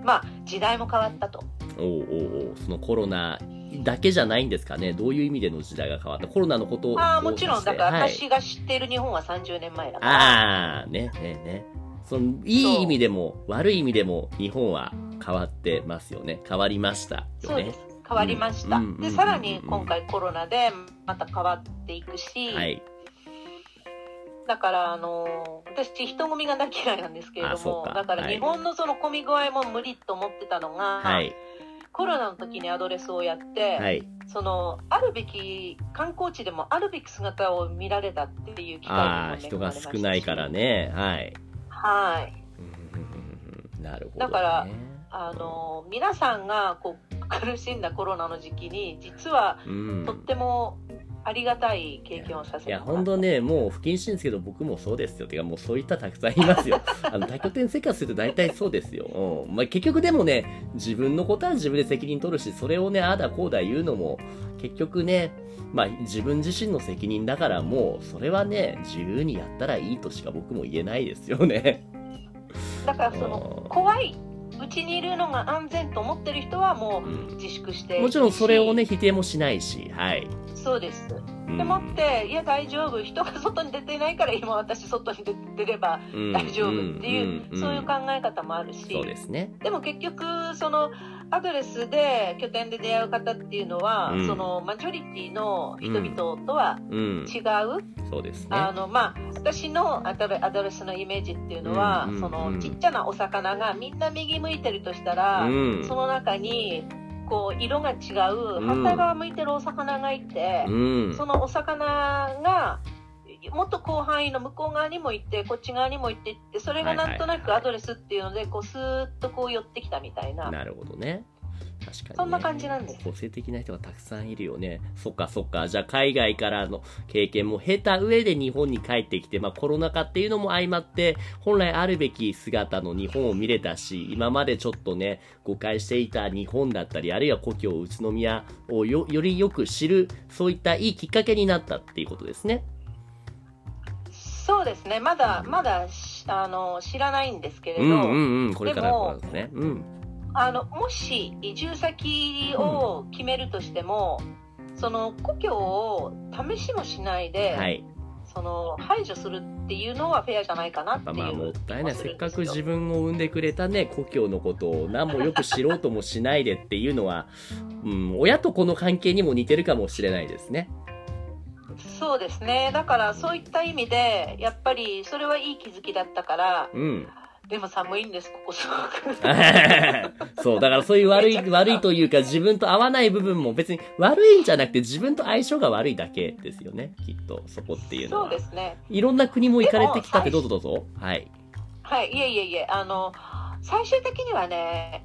Speaker 2: まあ時代も変わったと
Speaker 1: おうおうおうそのコロナだけじゃないんですかね。どういう意味での時代が変わったコロナのことを。
Speaker 2: ああもちろんだから
Speaker 1: はい
Speaker 2: 私が知っている日本は30年前だから、
Speaker 1: ああ、ね、ね、ね。その、いい意味でも、悪い意味でも、日本は変わってますよね。変わりましたよ
Speaker 2: そう
Speaker 1: ね
Speaker 2: で。す変わりました、
Speaker 1: うんうん
Speaker 2: でさらに今回コロナでまた変わっていくし、
Speaker 1: はい。
Speaker 2: だから、あのー私人混みが大嫌いなんですけれ
Speaker 1: あ
Speaker 2: ど
Speaker 1: そ
Speaker 2: も
Speaker 1: うか
Speaker 2: だから
Speaker 1: はい
Speaker 2: 日本のその混み具合も無理と思ってたのが、
Speaker 1: はい。
Speaker 2: コロナの時にアドレスをやって、
Speaker 1: はい。
Speaker 2: そのあるべき観光地でもあるべき姿を見られたっていう機会
Speaker 1: ああ、
Speaker 2: にも恵
Speaker 1: 人
Speaker 2: まれ
Speaker 1: が
Speaker 2: ましたし
Speaker 1: 少ないからね。はい。
Speaker 2: はい
Speaker 1: なるほど、ね。
Speaker 2: だからあのー皆さんがこう苦しんだコロナの時期に実は
Speaker 1: うん
Speaker 2: とってもありがたい経験をさせ
Speaker 1: い
Speaker 2: て
Speaker 1: や
Speaker 2: もら
Speaker 1: 本
Speaker 2: った
Speaker 1: 当ねもう不謹慎ですけど僕もそうですよてかもうそういったたくさんいますよ あの多拠点生活すると大体そうですよ、うんまあ、結局でもね自分のことは自分で責任取るしそれをねああだこうだ言うのも結局ねまあ自分自身の責任だからもうそれはね自由にやったらいいとしか僕も言えないですよね
Speaker 2: だからその怖いうちにいるのが安全と思ってる人はも
Speaker 1: う
Speaker 2: うん自粛していいし
Speaker 1: もちろんそれをね否定もしないしはい、
Speaker 2: そうです
Speaker 1: うん
Speaker 2: でもっていや大丈夫人が外に出ていないから今私外に出出れば
Speaker 1: うん
Speaker 2: 大丈夫っていう、
Speaker 1: んん
Speaker 2: そういう考え方もあるし
Speaker 1: そうですね
Speaker 2: でも結局そのアドレスで拠点で出会う方っていうのは、
Speaker 1: うん
Speaker 2: そのマジョリティの人々とは
Speaker 1: うん
Speaker 2: 違う、
Speaker 1: そうですね
Speaker 2: あのまあ、私のアドレアドレスのイメージっていうのは、
Speaker 1: うんうん
Speaker 2: そ
Speaker 1: うん
Speaker 2: のちっちゃなお魚がみんな右向いてるとしたら、
Speaker 1: うん
Speaker 2: その中にこう色が違う反対側向いてるお魚がいて、
Speaker 1: うん
Speaker 2: そのお魚がもっと広範囲の向こう側にも行ってこっち側にも行ってってそれがなんとなくアドレスっていうのでこうスーッとこう寄ってきたみたいな
Speaker 1: なるほどね。確かに、ね。
Speaker 2: そんな感じなんです
Speaker 1: 個性的な人がたくさんいるよね。そっかそっか。じゃあ海外からの経験も経た上で日本に帰ってきて、まあコロナ禍っていうのも相まって、本来あるべき姿の日本を見れたし、今までちょっとね、誤解していた日本だったり、あるいは故郷宇都宮をよよりよく知る、そういったいいきっかけになったっていうことですね。
Speaker 2: そうですねまだまだしあの知らないんですけれ
Speaker 1: う
Speaker 2: ど、
Speaker 1: んうんうん。これから
Speaker 2: でも
Speaker 1: なんですね。うん。
Speaker 2: あのもし移住先を決めるとしても、その故郷を試しもしないで、
Speaker 1: はい。
Speaker 2: その排除するっていうのはフェアじゃないかなっ
Speaker 1: ま
Speaker 2: て
Speaker 1: あ、
Speaker 2: いう
Speaker 1: まあもったいない
Speaker 2: 気もす
Speaker 1: せっ
Speaker 2: るんで
Speaker 1: か
Speaker 2: す
Speaker 1: く
Speaker 2: よ
Speaker 1: 自分を産んでくれたね故郷のことを何もよく知ろうともしないでっていうのは、うん、親と子の関係にも似てるかもしれないですね。
Speaker 2: そうですねだからそういった意味でやっぱりそれはいい気づきだったから
Speaker 1: うん、
Speaker 2: でも寒いんですここ すごく
Speaker 1: そうだからそういう悪い悪いというか自分と合わない部分も別に悪いんじゃなくて自分と相性が悪いだけですよねきっとそこっていうのは。
Speaker 2: そうですね
Speaker 1: いろんな国も行かれてきたって
Speaker 2: で
Speaker 1: どう
Speaker 2: も
Speaker 1: ぞどうぞ。はい。
Speaker 2: はいいえいえいえあの最終的にはね、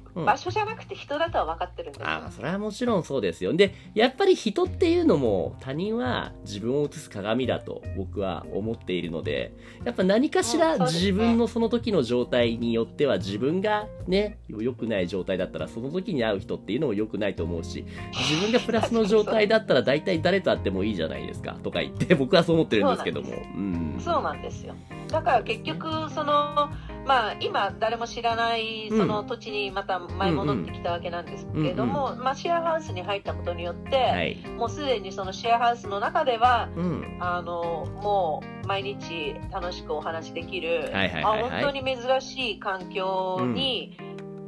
Speaker 1: うん
Speaker 2: 場所じゃなくて人だとは分かってるんですよ
Speaker 1: ああそれはもちろんそうですよでやっぱり人っていうのも他人は自分を映す鏡だと僕は思っているのでやっぱ何かしら
Speaker 2: うんそうですね
Speaker 1: 自分のその時の状態によっては自分がね良くない状態だったらその時に会う人っていうのも良くないと思うし自分がプラスの状態だったら大体誰と会ってもいいじゃないですかとか言って僕はそう思ってるんですけども
Speaker 2: そうな
Speaker 1: うん
Speaker 2: そうなんですよだから結局そのまあ今誰も知らないその土地にまた舞い戻ってきたわけなんですけれども、まあ、シェアハウスに入ったことによって、
Speaker 1: はい
Speaker 2: もうすでにそのシェアハウスの中では
Speaker 1: うん
Speaker 2: あのもう毎日楽しくお話しできる、
Speaker 1: はいはいはいはい
Speaker 2: あ本当に珍しい環境に、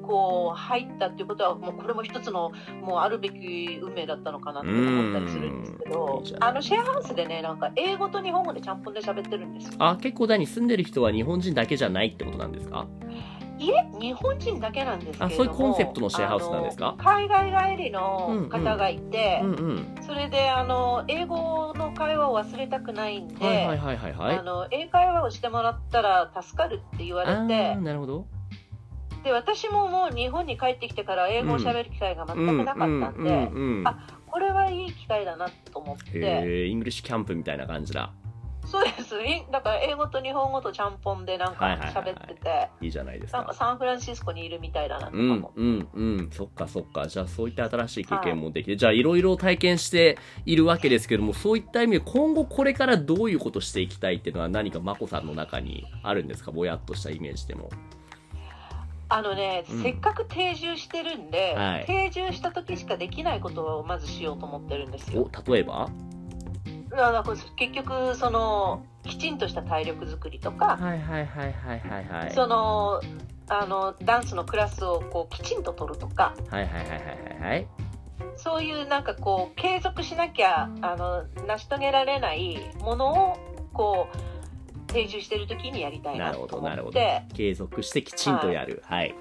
Speaker 2: こう入ったっていうことはもうこれも一つのもうあるべき運命だったのかなって思ったりするんですけ
Speaker 1: うんい
Speaker 2: ど
Speaker 1: いじゃない
Speaker 2: あのシェアハウスでねなんか英語と日本語でちゃんぽんで喋ってるんですよ
Speaker 1: あ結構何住んでる人は日本人だけじゃないってことなんですか
Speaker 2: いえ日本人だけなんですけれども
Speaker 1: あそういうコンセプトのシェアハウスなんですか
Speaker 2: あの海外帰りの方がいて、
Speaker 1: うんうん
Speaker 2: それであの英語の会話を忘れたくないんで、
Speaker 1: はいはいはいはいはい
Speaker 2: あの英会話をしてもらったら助かるって言わ
Speaker 1: あ
Speaker 2: れ
Speaker 1: ー
Speaker 2: て
Speaker 1: なるほど
Speaker 2: で私ももう日本に帰ってきてから英語をしゃべる機会が全くなかったんで、
Speaker 1: うんうんうん、
Speaker 2: あこれはいい機会だなと思って
Speaker 1: へえイングリッシュキャンプみたいな感じだ
Speaker 2: そうですいだから英語と日本語とちゃんぽんでなんか
Speaker 1: はいはいはいはい
Speaker 2: 喋ってて、
Speaker 1: いいじゃないです
Speaker 2: なんか
Speaker 1: か
Speaker 2: サンフランシスコにいるみたいだなとか
Speaker 1: う
Speaker 2: も、
Speaker 1: んうんうんそっかそっかじゃあそういった新しい経験もできて、じゃあいろいろ体験しているわけですけどもそういった意味で今後これからどういうことしていきたいっていうのは何か眞子さんの中にあるんですかぼやっとしたイメージでも
Speaker 2: あのね、
Speaker 1: うん
Speaker 2: せっかく定住してるんで、
Speaker 1: はい
Speaker 2: 定住した時しかできないことをまずしようと思ってるんですよ。
Speaker 1: お例えば
Speaker 2: だからこう結局そのきちんとした体力作りとか、
Speaker 1: はいはいはいはいはいはい
Speaker 2: そのあのダンスのクラスをこうきちんと取るとか
Speaker 1: はいはいはいはいはいはい
Speaker 2: そういうなんかこう継続しなきゃあの成し遂げられないものをこう定住してる時にやりたい
Speaker 1: な
Speaker 2: な
Speaker 1: る
Speaker 2: と
Speaker 1: ほど
Speaker 2: 思
Speaker 1: なるほ
Speaker 2: っ
Speaker 1: ど
Speaker 2: て
Speaker 1: 継続してきちんとやるはい、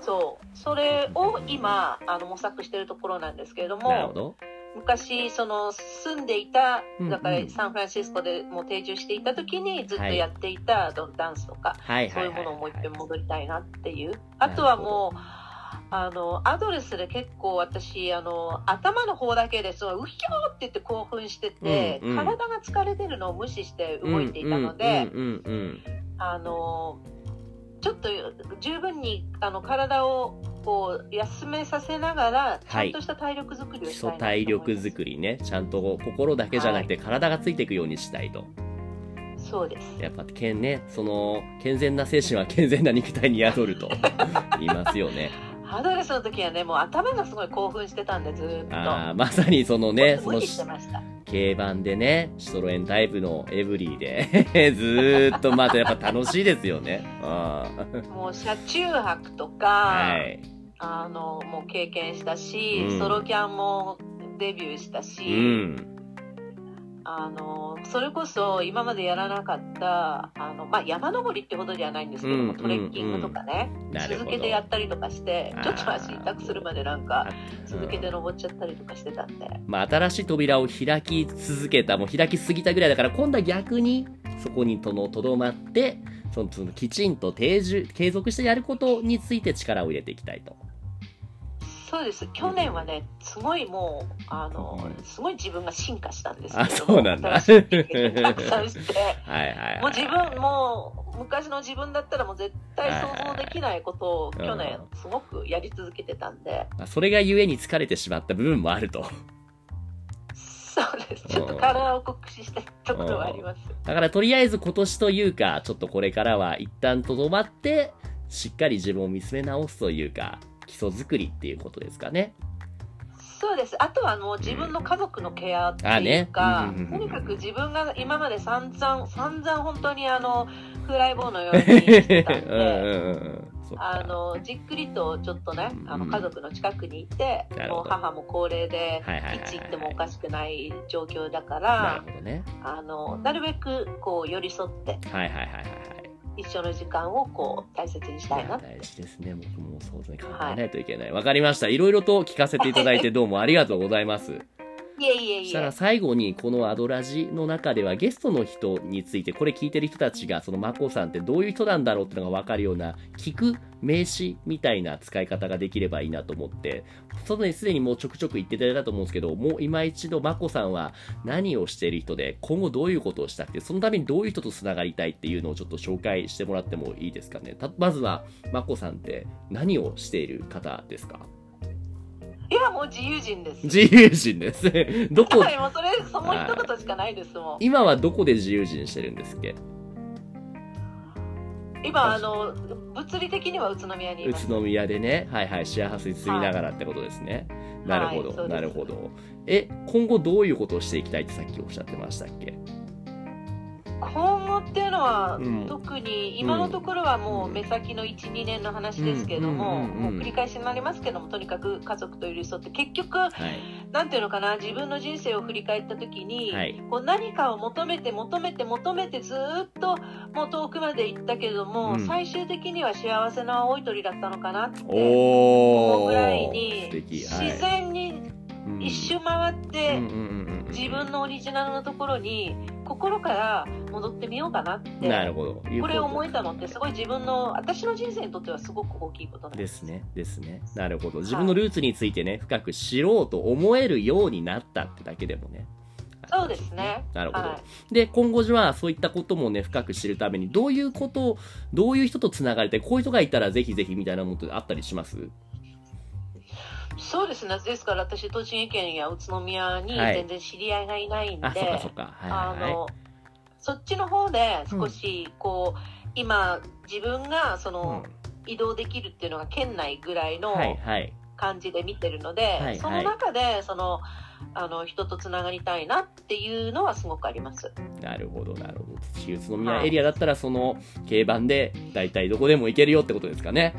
Speaker 2: そうそれを今あの模索してるところなんですけれど
Speaker 1: なる
Speaker 2: も
Speaker 1: ほ。ど
Speaker 2: 昔その住んでいた
Speaker 1: うんうん
Speaker 2: だからサンフランシスコでもう定住していた時にずっとやっていたダンスとか、
Speaker 1: はい
Speaker 2: そ
Speaker 1: は
Speaker 2: う
Speaker 1: い
Speaker 2: い
Speaker 1: は
Speaker 2: う
Speaker 1: い
Speaker 2: ものをも
Speaker 1: は
Speaker 2: う一
Speaker 1: い
Speaker 2: 遍戻りたいなっていうあとはもうあのアドレスで結構私あの頭の方だけですごいうひょーって言って興奮してて、
Speaker 1: うんうん
Speaker 2: 体が疲れてるのを無視して動いていたので、
Speaker 1: うんうんうん
Speaker 2: あのちょっと十分にあの体をこう休めさせながらちゃんとした体力作
Speaker 1: うん、
Speaker 2: り
Speaker 1: 基
Speaker 2: をした
Speaker 1: 礎
Speaker 2: いなと思います、
Speaker 1: 体力づくりねちゃんと心だけじゃなくて体がついていくようにしたいと、
Speaker 2: そうです
Speaker 1: やっぱけんねその健全な精神は健全な肉体に宿 ると言いますよね
Speaker 2: アドレスの時はねもう頭がすごい興奮してたんでずーっと
Speaker 1: あーまさにそのねそ
Speaker 2: 無
Speaker 1: の
Speaker 2: 理してました
Speaker 1: 軽バンでねシトロエンタイプのエブリーで ずーっとまたやっぱ楽しいですよねあ
Speaker 2: もう車中泊とか、
Speaker 1: あはい
Speaker 2: あのもう経験したし、
Speaker 1: うん
Speaker 2: ソロキャンもデビューした
Speaker 1: う
Speaker 2: し、
Speaker 1: ん
Speaker 2: あのそれこそ今までやらなかったあの、まあ、山登りってほどではないんですけども、
Speaker 1: うん
Speaker 2: トレッキングとかね、
Speaker 1: なるほ
Speaker 2: 続
Speaker 1: ど
Speaker 2: けてやったりとかして
Speaker 1: あー
Speaker 2: ちょっと足痛くするまでなんか続け
Speaker 1: う
Speaker 2: て
Speaker 1: ん
Speaker 2: 登っちゃったりとかしてたんで、
Speaker 1: まあ、新しい扉を開き続けたもう開きすぎたぐらいだから今度は逆にそこにとのとどまってそのそのきちんと定住継続してやることについて力を入れていきたいと。
Speaker 2: そうです去年はねすごいもうあの、
Speaker 1: うん
Speaker 2: すごい自分が進化したんですけれど
Speaker 1: あそうなんだ
Speaker 2: 新しい経験をたくさんして
Speaker 1: はいはいはい、
Speaker 2: もう自分もう昔の自分だったらもう絶対想像できないことを
Speaker 1: はい
Speaker 2: 去年すごくやり続けてたんで、
Speaker 1: まあそれがゆえに疲れてしまった部分もあると。
Speaker 2: そうですちょっと体を酷使してるところはあります
Speaker 1: だからとりあえず今年というか、ちょっとこれからは一旦とどまって、しっかり自分を見つめ直すというか、基礎作りっていうことですかね。
Speaker 2: そうですあとはもう自分の家族のケアって
Speaker 1: あ
Speaker 2: いう
Speaker 1: ね
Speaker 2: か、
Speaker 1: うんうんうんうん
Speaker 2: とにかく自分が今まで散々散々本当に あのフライボーのようにしてたん
Speaker 1: うんうん
Speaker 2: で。
Speaker 1: うんうん。 そっ
Speaker 2: あ
Speaker 1: か。
Speaker 2: のじっくりとちょっとねあの
Speaker 1: うん
Speaker 2: 家族の近くにいて、
Speaker 1: なるほど
Speaker 2: もう母も高齢で
Speaker 1: はいはいはい
Speaker 2: い
Speaker 1: はい
Speaker 2: つ行ってもおかしくない状況だ
Speaker 1: な
Speaker 2: から
Speaker 1: るほどね。
Speaker 2: あのなるべくこう寄り添って
Speaker 1: はいはいはいはいはい。
Speaker 2: 一緒の時間をこう大切にしたいな
Speaker 1: 大事ですね。僕もそうですね。考えないといけない。わ、かりました。いろいろと聞かせていただいてどうもありがとうございます。
Speaker 2: いえいえ
Speaker 1: そし
Speaker 2: い
Speaker 1: た
Speaker 2: え
Speaker 1: ら最後にこのアドラジの中ではゲストの人についてこれ聞いてる人たちがそのマコさんってどういう人なんだろうってのがわかるような聞く名詞みたいな使い方ができればいいなと思って、そのにすでにもうちょくちょく言っていただいたと思うんですけど、もう今一度マコさんは何をしている人で今後どういうことをしたくて、そのためにどういう人とつながりたいっていうのをちょっと紹介してもらってもいいですかね。たまずはマコさんって何をしている方ですか
Speaker 2: いやもう自由人です
Speaker 1: 自由人です。 どこ
Speaker 2: はいもうそれその一言しかないですもん
Speaker 1: 今はどこで自由人してるんですっけ
Speaker 2: 今あの物理的には宇都宮にい
Speaker 1: 宇
Speaker 2: ます
Speaker 1: 都宮でねはいはい幸せに住みながらってことですね、なるほ
Speaker 2: はいそ
Speaker 1: ど、
Speaker 2: うで
Speaker 1: な
Speaker 2: す
Speaker 1: るほどえ今後どういうことをしていきたいってさっきおっしゃってましたっけ
Speaker 2: 今後っていうのは、
Speaker 1: うん
Speaker 2: 特に今のところはもう目先の12年の話ですけれども、
Speaker 1: うんうんうんうん
Speaker 2: もう繰り返しになりますけどもとにかく家族と寄り添って結局
Speaker 1: はい
Speaker 2: なんていうのかな自分の人生を振り返った時に、
Speaker 1: はい
Speaker 2: こう何かを求めて求めて求めてずーっともう遠くまで行ったけれども、
Speaker 1: うん
Speaker 2: 最終的には幸せな青い鳥だったのかなって思う
Speaker 1: お
Speaker 2: ぐ
Speaker 1: お
Speaker 2: らい
Speaker 1: 素
Speaker 2: に
Speaker 1: 敵
Speaker 2: 自然に一周回って、自分のオリジナルのところに心から戻ってみようかなって
Speaker 1: のなるほど
Speaker 2: これを思えたのって
Speaker 1: です
Speaker 2: すごい自分の私の人生にとってはすごく大きいことなん
Speaker 1: ですねですねなるほど自分のルーツについてね深く知ろうと思えるようになったってだけでもね
Speaker 2: そうですね
Speaker 1: なるほど、
Speaker 2: は
Speaker 1: で今後じゃあそういったこともね深く知るためにどういうことをどういう人とつながれてこういう人がいたらぜひぜひみたいなものってあったりします
Speaker 2: そうですねですから私栃木県や宇都宮に
Speaker 1: はい
Speaker 2: 全然知り合いがいないんで、
Speaker 1: あそっかそっかはい
Speaker 2: あ
Speaker 1: はいは
Speaker 2: のそっちの方で少しこう、今自分がそ
Speaker 1: い、
Speaker 2: の移動できるっていうのが県内ぐらい
Speaker 1: うん
Speaker 2: の
Speaker 1: はいはい
Speaker 2: 感じで見てるので、
Speaker 1: はい
Speaker 2: その中でそのあの人とつながりたいなっていうのはすごくあります。
Speaker 1: なるほどなるほど土宇都宮エリアだったらその競馬で大体どこでも行けるよってことですかね、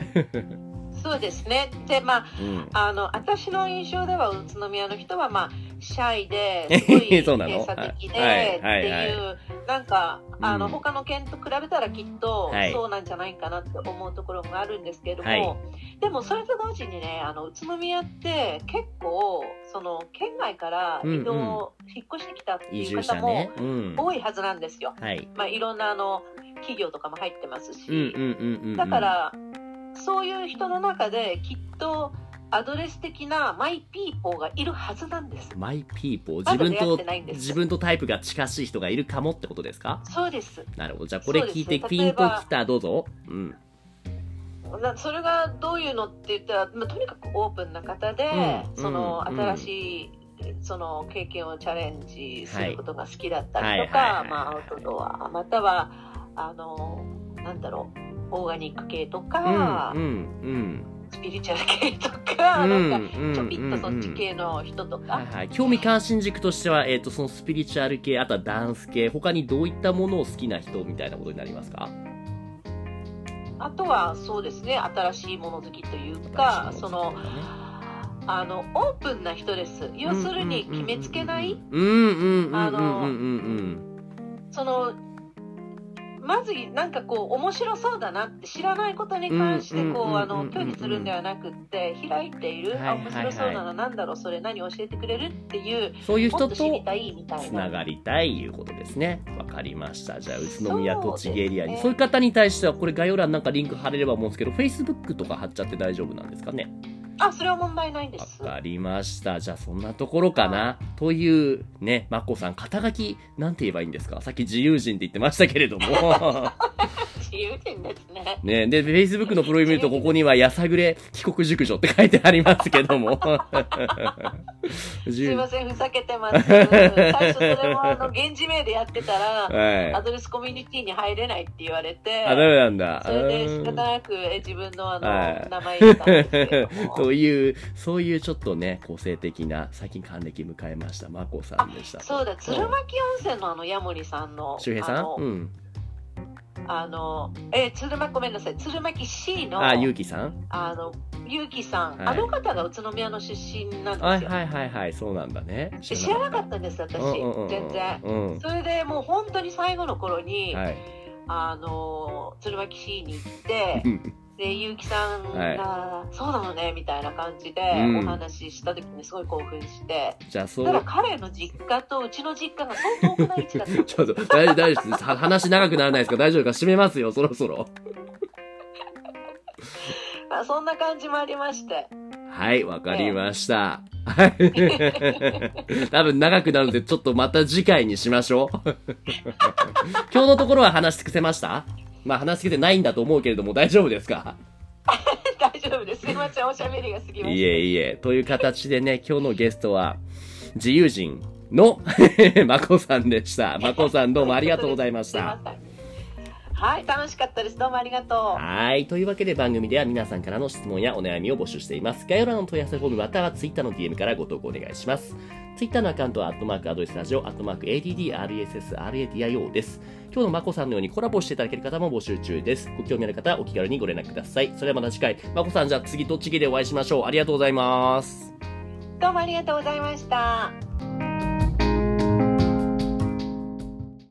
Speaker 2: そうですね。で、ま
Speaker 1: うん、
Speaker 2: あ、あの、私の印象では、宇都宮の人は、まあ、シャ イで、すごい
Speaker 1: そうなの
Speaker 2: 閉鎖的で、
Speaker 1: は
Speaker 2: って
Speaker 1: いはいはい
Speaker 2: いう、なんか、あの、
Speaker 1: うん
Speaker 2: 他の県と比べたらきっと
Speaker 1: はい、
Speaker 2: そうなんじゃないかなって思うところもあるんですけれども、
Speaker 1: はい
Speaker 2: でも、それと同時にね、あの、宇都宮って、結構、その、県外から移動、
Speaker 1: うんうん
Speaker 2: 引っ越してきたって
Speaker 1: 移
Speaker 2: いう
Speaker 1: 住
Speaker 2: 方
Speaker 1: 者
Speaker 2: も
Speaker 1: ね、うん、
Speaker 2: 多いはずなんですよ。
Speaker 1: はい
Speaker 2: まあ、いろんな、あの、企業とかも入ってますし、
Speaker 1: うんうんうんうんうん
Speaker 2: だから、そういう人の中できっとアドレス的なマイピーポーがいるはずなんです。
Speaker 1: マイピーポー、
Speaker 2: ま
Speaker 1: 自
Speaker 2: だ
Speaker 1: 分
Speaker 2: 出会って
Speaker 1: と
Speaker 2: ないん、です
Speaker 1: 自分とタイプが近しい人がいるかもってことですか
Speaker 2: そうです。
Speaker 1: なるほど。じゃあこれ聞いて、
Speaker 2: そうですね
Speaker 1: ピン
Speaker 2: 例え
Speaker 1: と
Speaker 2: ば
Speaker 1: きた、どうぞ。うん。
Speaker 2: なそれがどういうのって言ったら、まあ、とにかくオープンな方で、
Speaker 1: うん
Speaker 2: その
Speaker 1: うん
Speaker 2: 新しい、その経験をチャレンジすることが好きだったりと
Speaker 1: はいはい
Speaker 2: か、
Speaker 1: はい
Speaker 2: まあ、アウトドアまたはあのなんだろうオーガニック系とか、
Speaker 1: うん、うん、
Speaker 2: スピリチュアル系と
Speaker 1: う
Speaker 2: か、
Speaker 1: ん。
Speaker 2: なんか
Speaker 1: か
Speaker 2: ちょびっとそっち系の人と
Speaker 1: はい
Speaker 2: か、
Speaker 1: はい、興味関心軸としては、えっとそのスピリチュアル系あとはダンス系他にどういったものを好きな人みたいなことになりますか
Speaker 2: あとはそうですね新しいもの好きというかそのあのオープンな人です要するに決めつけない、
Speaker 1: うんうんうんうんうんうん
Speaker 2: あの
Speaker 1: うん
Speaker 2: そのまずなんかこう面白そうだなって知らないことに関してこ
Speaker 1: うんうんうん
Speaker 2: う
Speaker 1: うん
Speaker 2: あの拒否するんではなくって開いてい
Speaker 1: は
Speaker 2: る、
Speaker 1: い
Speaker 2: あ面白そう
Speaker 1: は
Speaker 2: ないのなんだろうそれ何教えてくれるっていう
Speaker 1: そういう
Speaker 2: も
Speaker 1: 人
Speaker 2: っと知り
Speaker 1: と
Speaker 2: たいみたい
Speaker 1: つな
Speaker 2: な。
Speaker 1: がりたいいうことですねわかりましたじゃあ宇都宮
Speaker 2: そうです
Speaker 1: 栃
Speaker 2: ね
Speaker 1: 木エリアにそう,、いう方に対してはこれ概要欄なんかリンク貼れれば思うんですけど Facebook とか貼っちゃって大丈夫なんですかね
Speaker 2: あそれは問題ないです。
Speaker 1: わかりました。じゃあそんなところかな。というね、まこさん、肩書き、なんて言えばいいんですかさっき自由人って言ってましたけれど も。
Speaker 2: 自由人ですね。
Speaker 1: ね、で、Facebook のプロフィール見ると、ここには、やさぐれ帰国熟女って書いてありますけど も。自
Speaker 2: すい
Speaker 1: 由
Speaker 2: ませんふざけてます。最初それもあの源氏名でやってたらア
Speaker 1: は
Speaker 2: ドレスコミュニティに入れないって言われ
Speaker 1: い。
Speaker 2: て
Speaker 1: あ、ダメなんだ。
Speaker 2: それで仕
Speaker 1: うん
Speaker 2: 方なくえ自分の
Speaker 1: は
Speaker 2: あの
Speaker 1: い
Speaker 2: 名前入れたんですけれど も。
Speaker 1: という、そういうちょっとね、個性的な、最近還暦迎えました、まこさんでした。
Speaker 2: そうだ、鶴巻温泉のあのヤモリさんの、
Speaker 1: 周平さ
Speaker 2: あ
Speaker 1: ん
Speaker 2: の、
Speaker 1: うん。
Speaker 2: あのえ鶴巻ごめんなさい、鶴巻 C の、
Speaker 1: あ、ゆうきさん
Speaker 2: あのゆうきさん、
Speaker 1: はい
Speaker 2: あの方が宇都宮の出身なん
Speaker 1: はい
Speaker 2: ですよ。
Speaker 1: はいはいはい、そうなんだね。
Speaker 2: で知らなかったんです、私、
Speaker 1: うんうんうん
Speaker 2: 全然。
Speaker 1: うん。
Speaker 2: それでもう本当に最後の頃に、
Speaker 1: はい。
Speaker 2: あの鶴巻 C に行って、で、ゆうきさんが、そうなのね、みたいな感じで、
Speaker 1: うん
Speaker 2: お話しした時にすごい興奮して、
Speaker 1: じゃあそ
Speaker 2: ただ
Speaker 1: う。
Speaker 2: 彼の実家とうちの実家がそう遠くない位置だったんですよ
Speaker 1: ちょっと、大丈夫、大丈夫です。は話長くならないですか大丈夫か閉めますよ、そろそろ。
Speaker 2: あそんな感じもありまして。
Speaker 1: はい、わかりました。はい。多分長くなるので、ちょっとまた次回にしましょ う。今日のところは話し尽くせましたまあ話し尽くせないんだと思うけれども、大丈夫ですか
Speaker 2: 大丈夫です。すいません、おしゃべりが過ぎま
Speaker 1: い
Speaker 2: し
Speaker 1: えいえ。という形でね、今日のゲストは、自由人の まこさんでした。まこさん
Speaker 2: た。
Speaker 1: どうもありがとうございまし
Speaker 2: すい
Speaker 1: た。
Speaker 2: ません。はい、楽しかったです。どうもありがとう。
Speaker 1: はい。というわけで番組では皆さんからの質問やお悩みを募集しています。概要欄の問い合わせフォームまたは Twitter の DM からご投稿お願いします。Twitter のアカウントは、アットマークアドレスラジオ、アットマーク ADDRSSRADIO です。今日のまこさんのようにコラボしていただける方も募集中です。ご興味ある方はお気軽にご連絡ください。それではまた次回、まこさんじゃあ次栃木でお会いしましょう。ありがとうございます。
Speaker 2: どうもありがとうございました。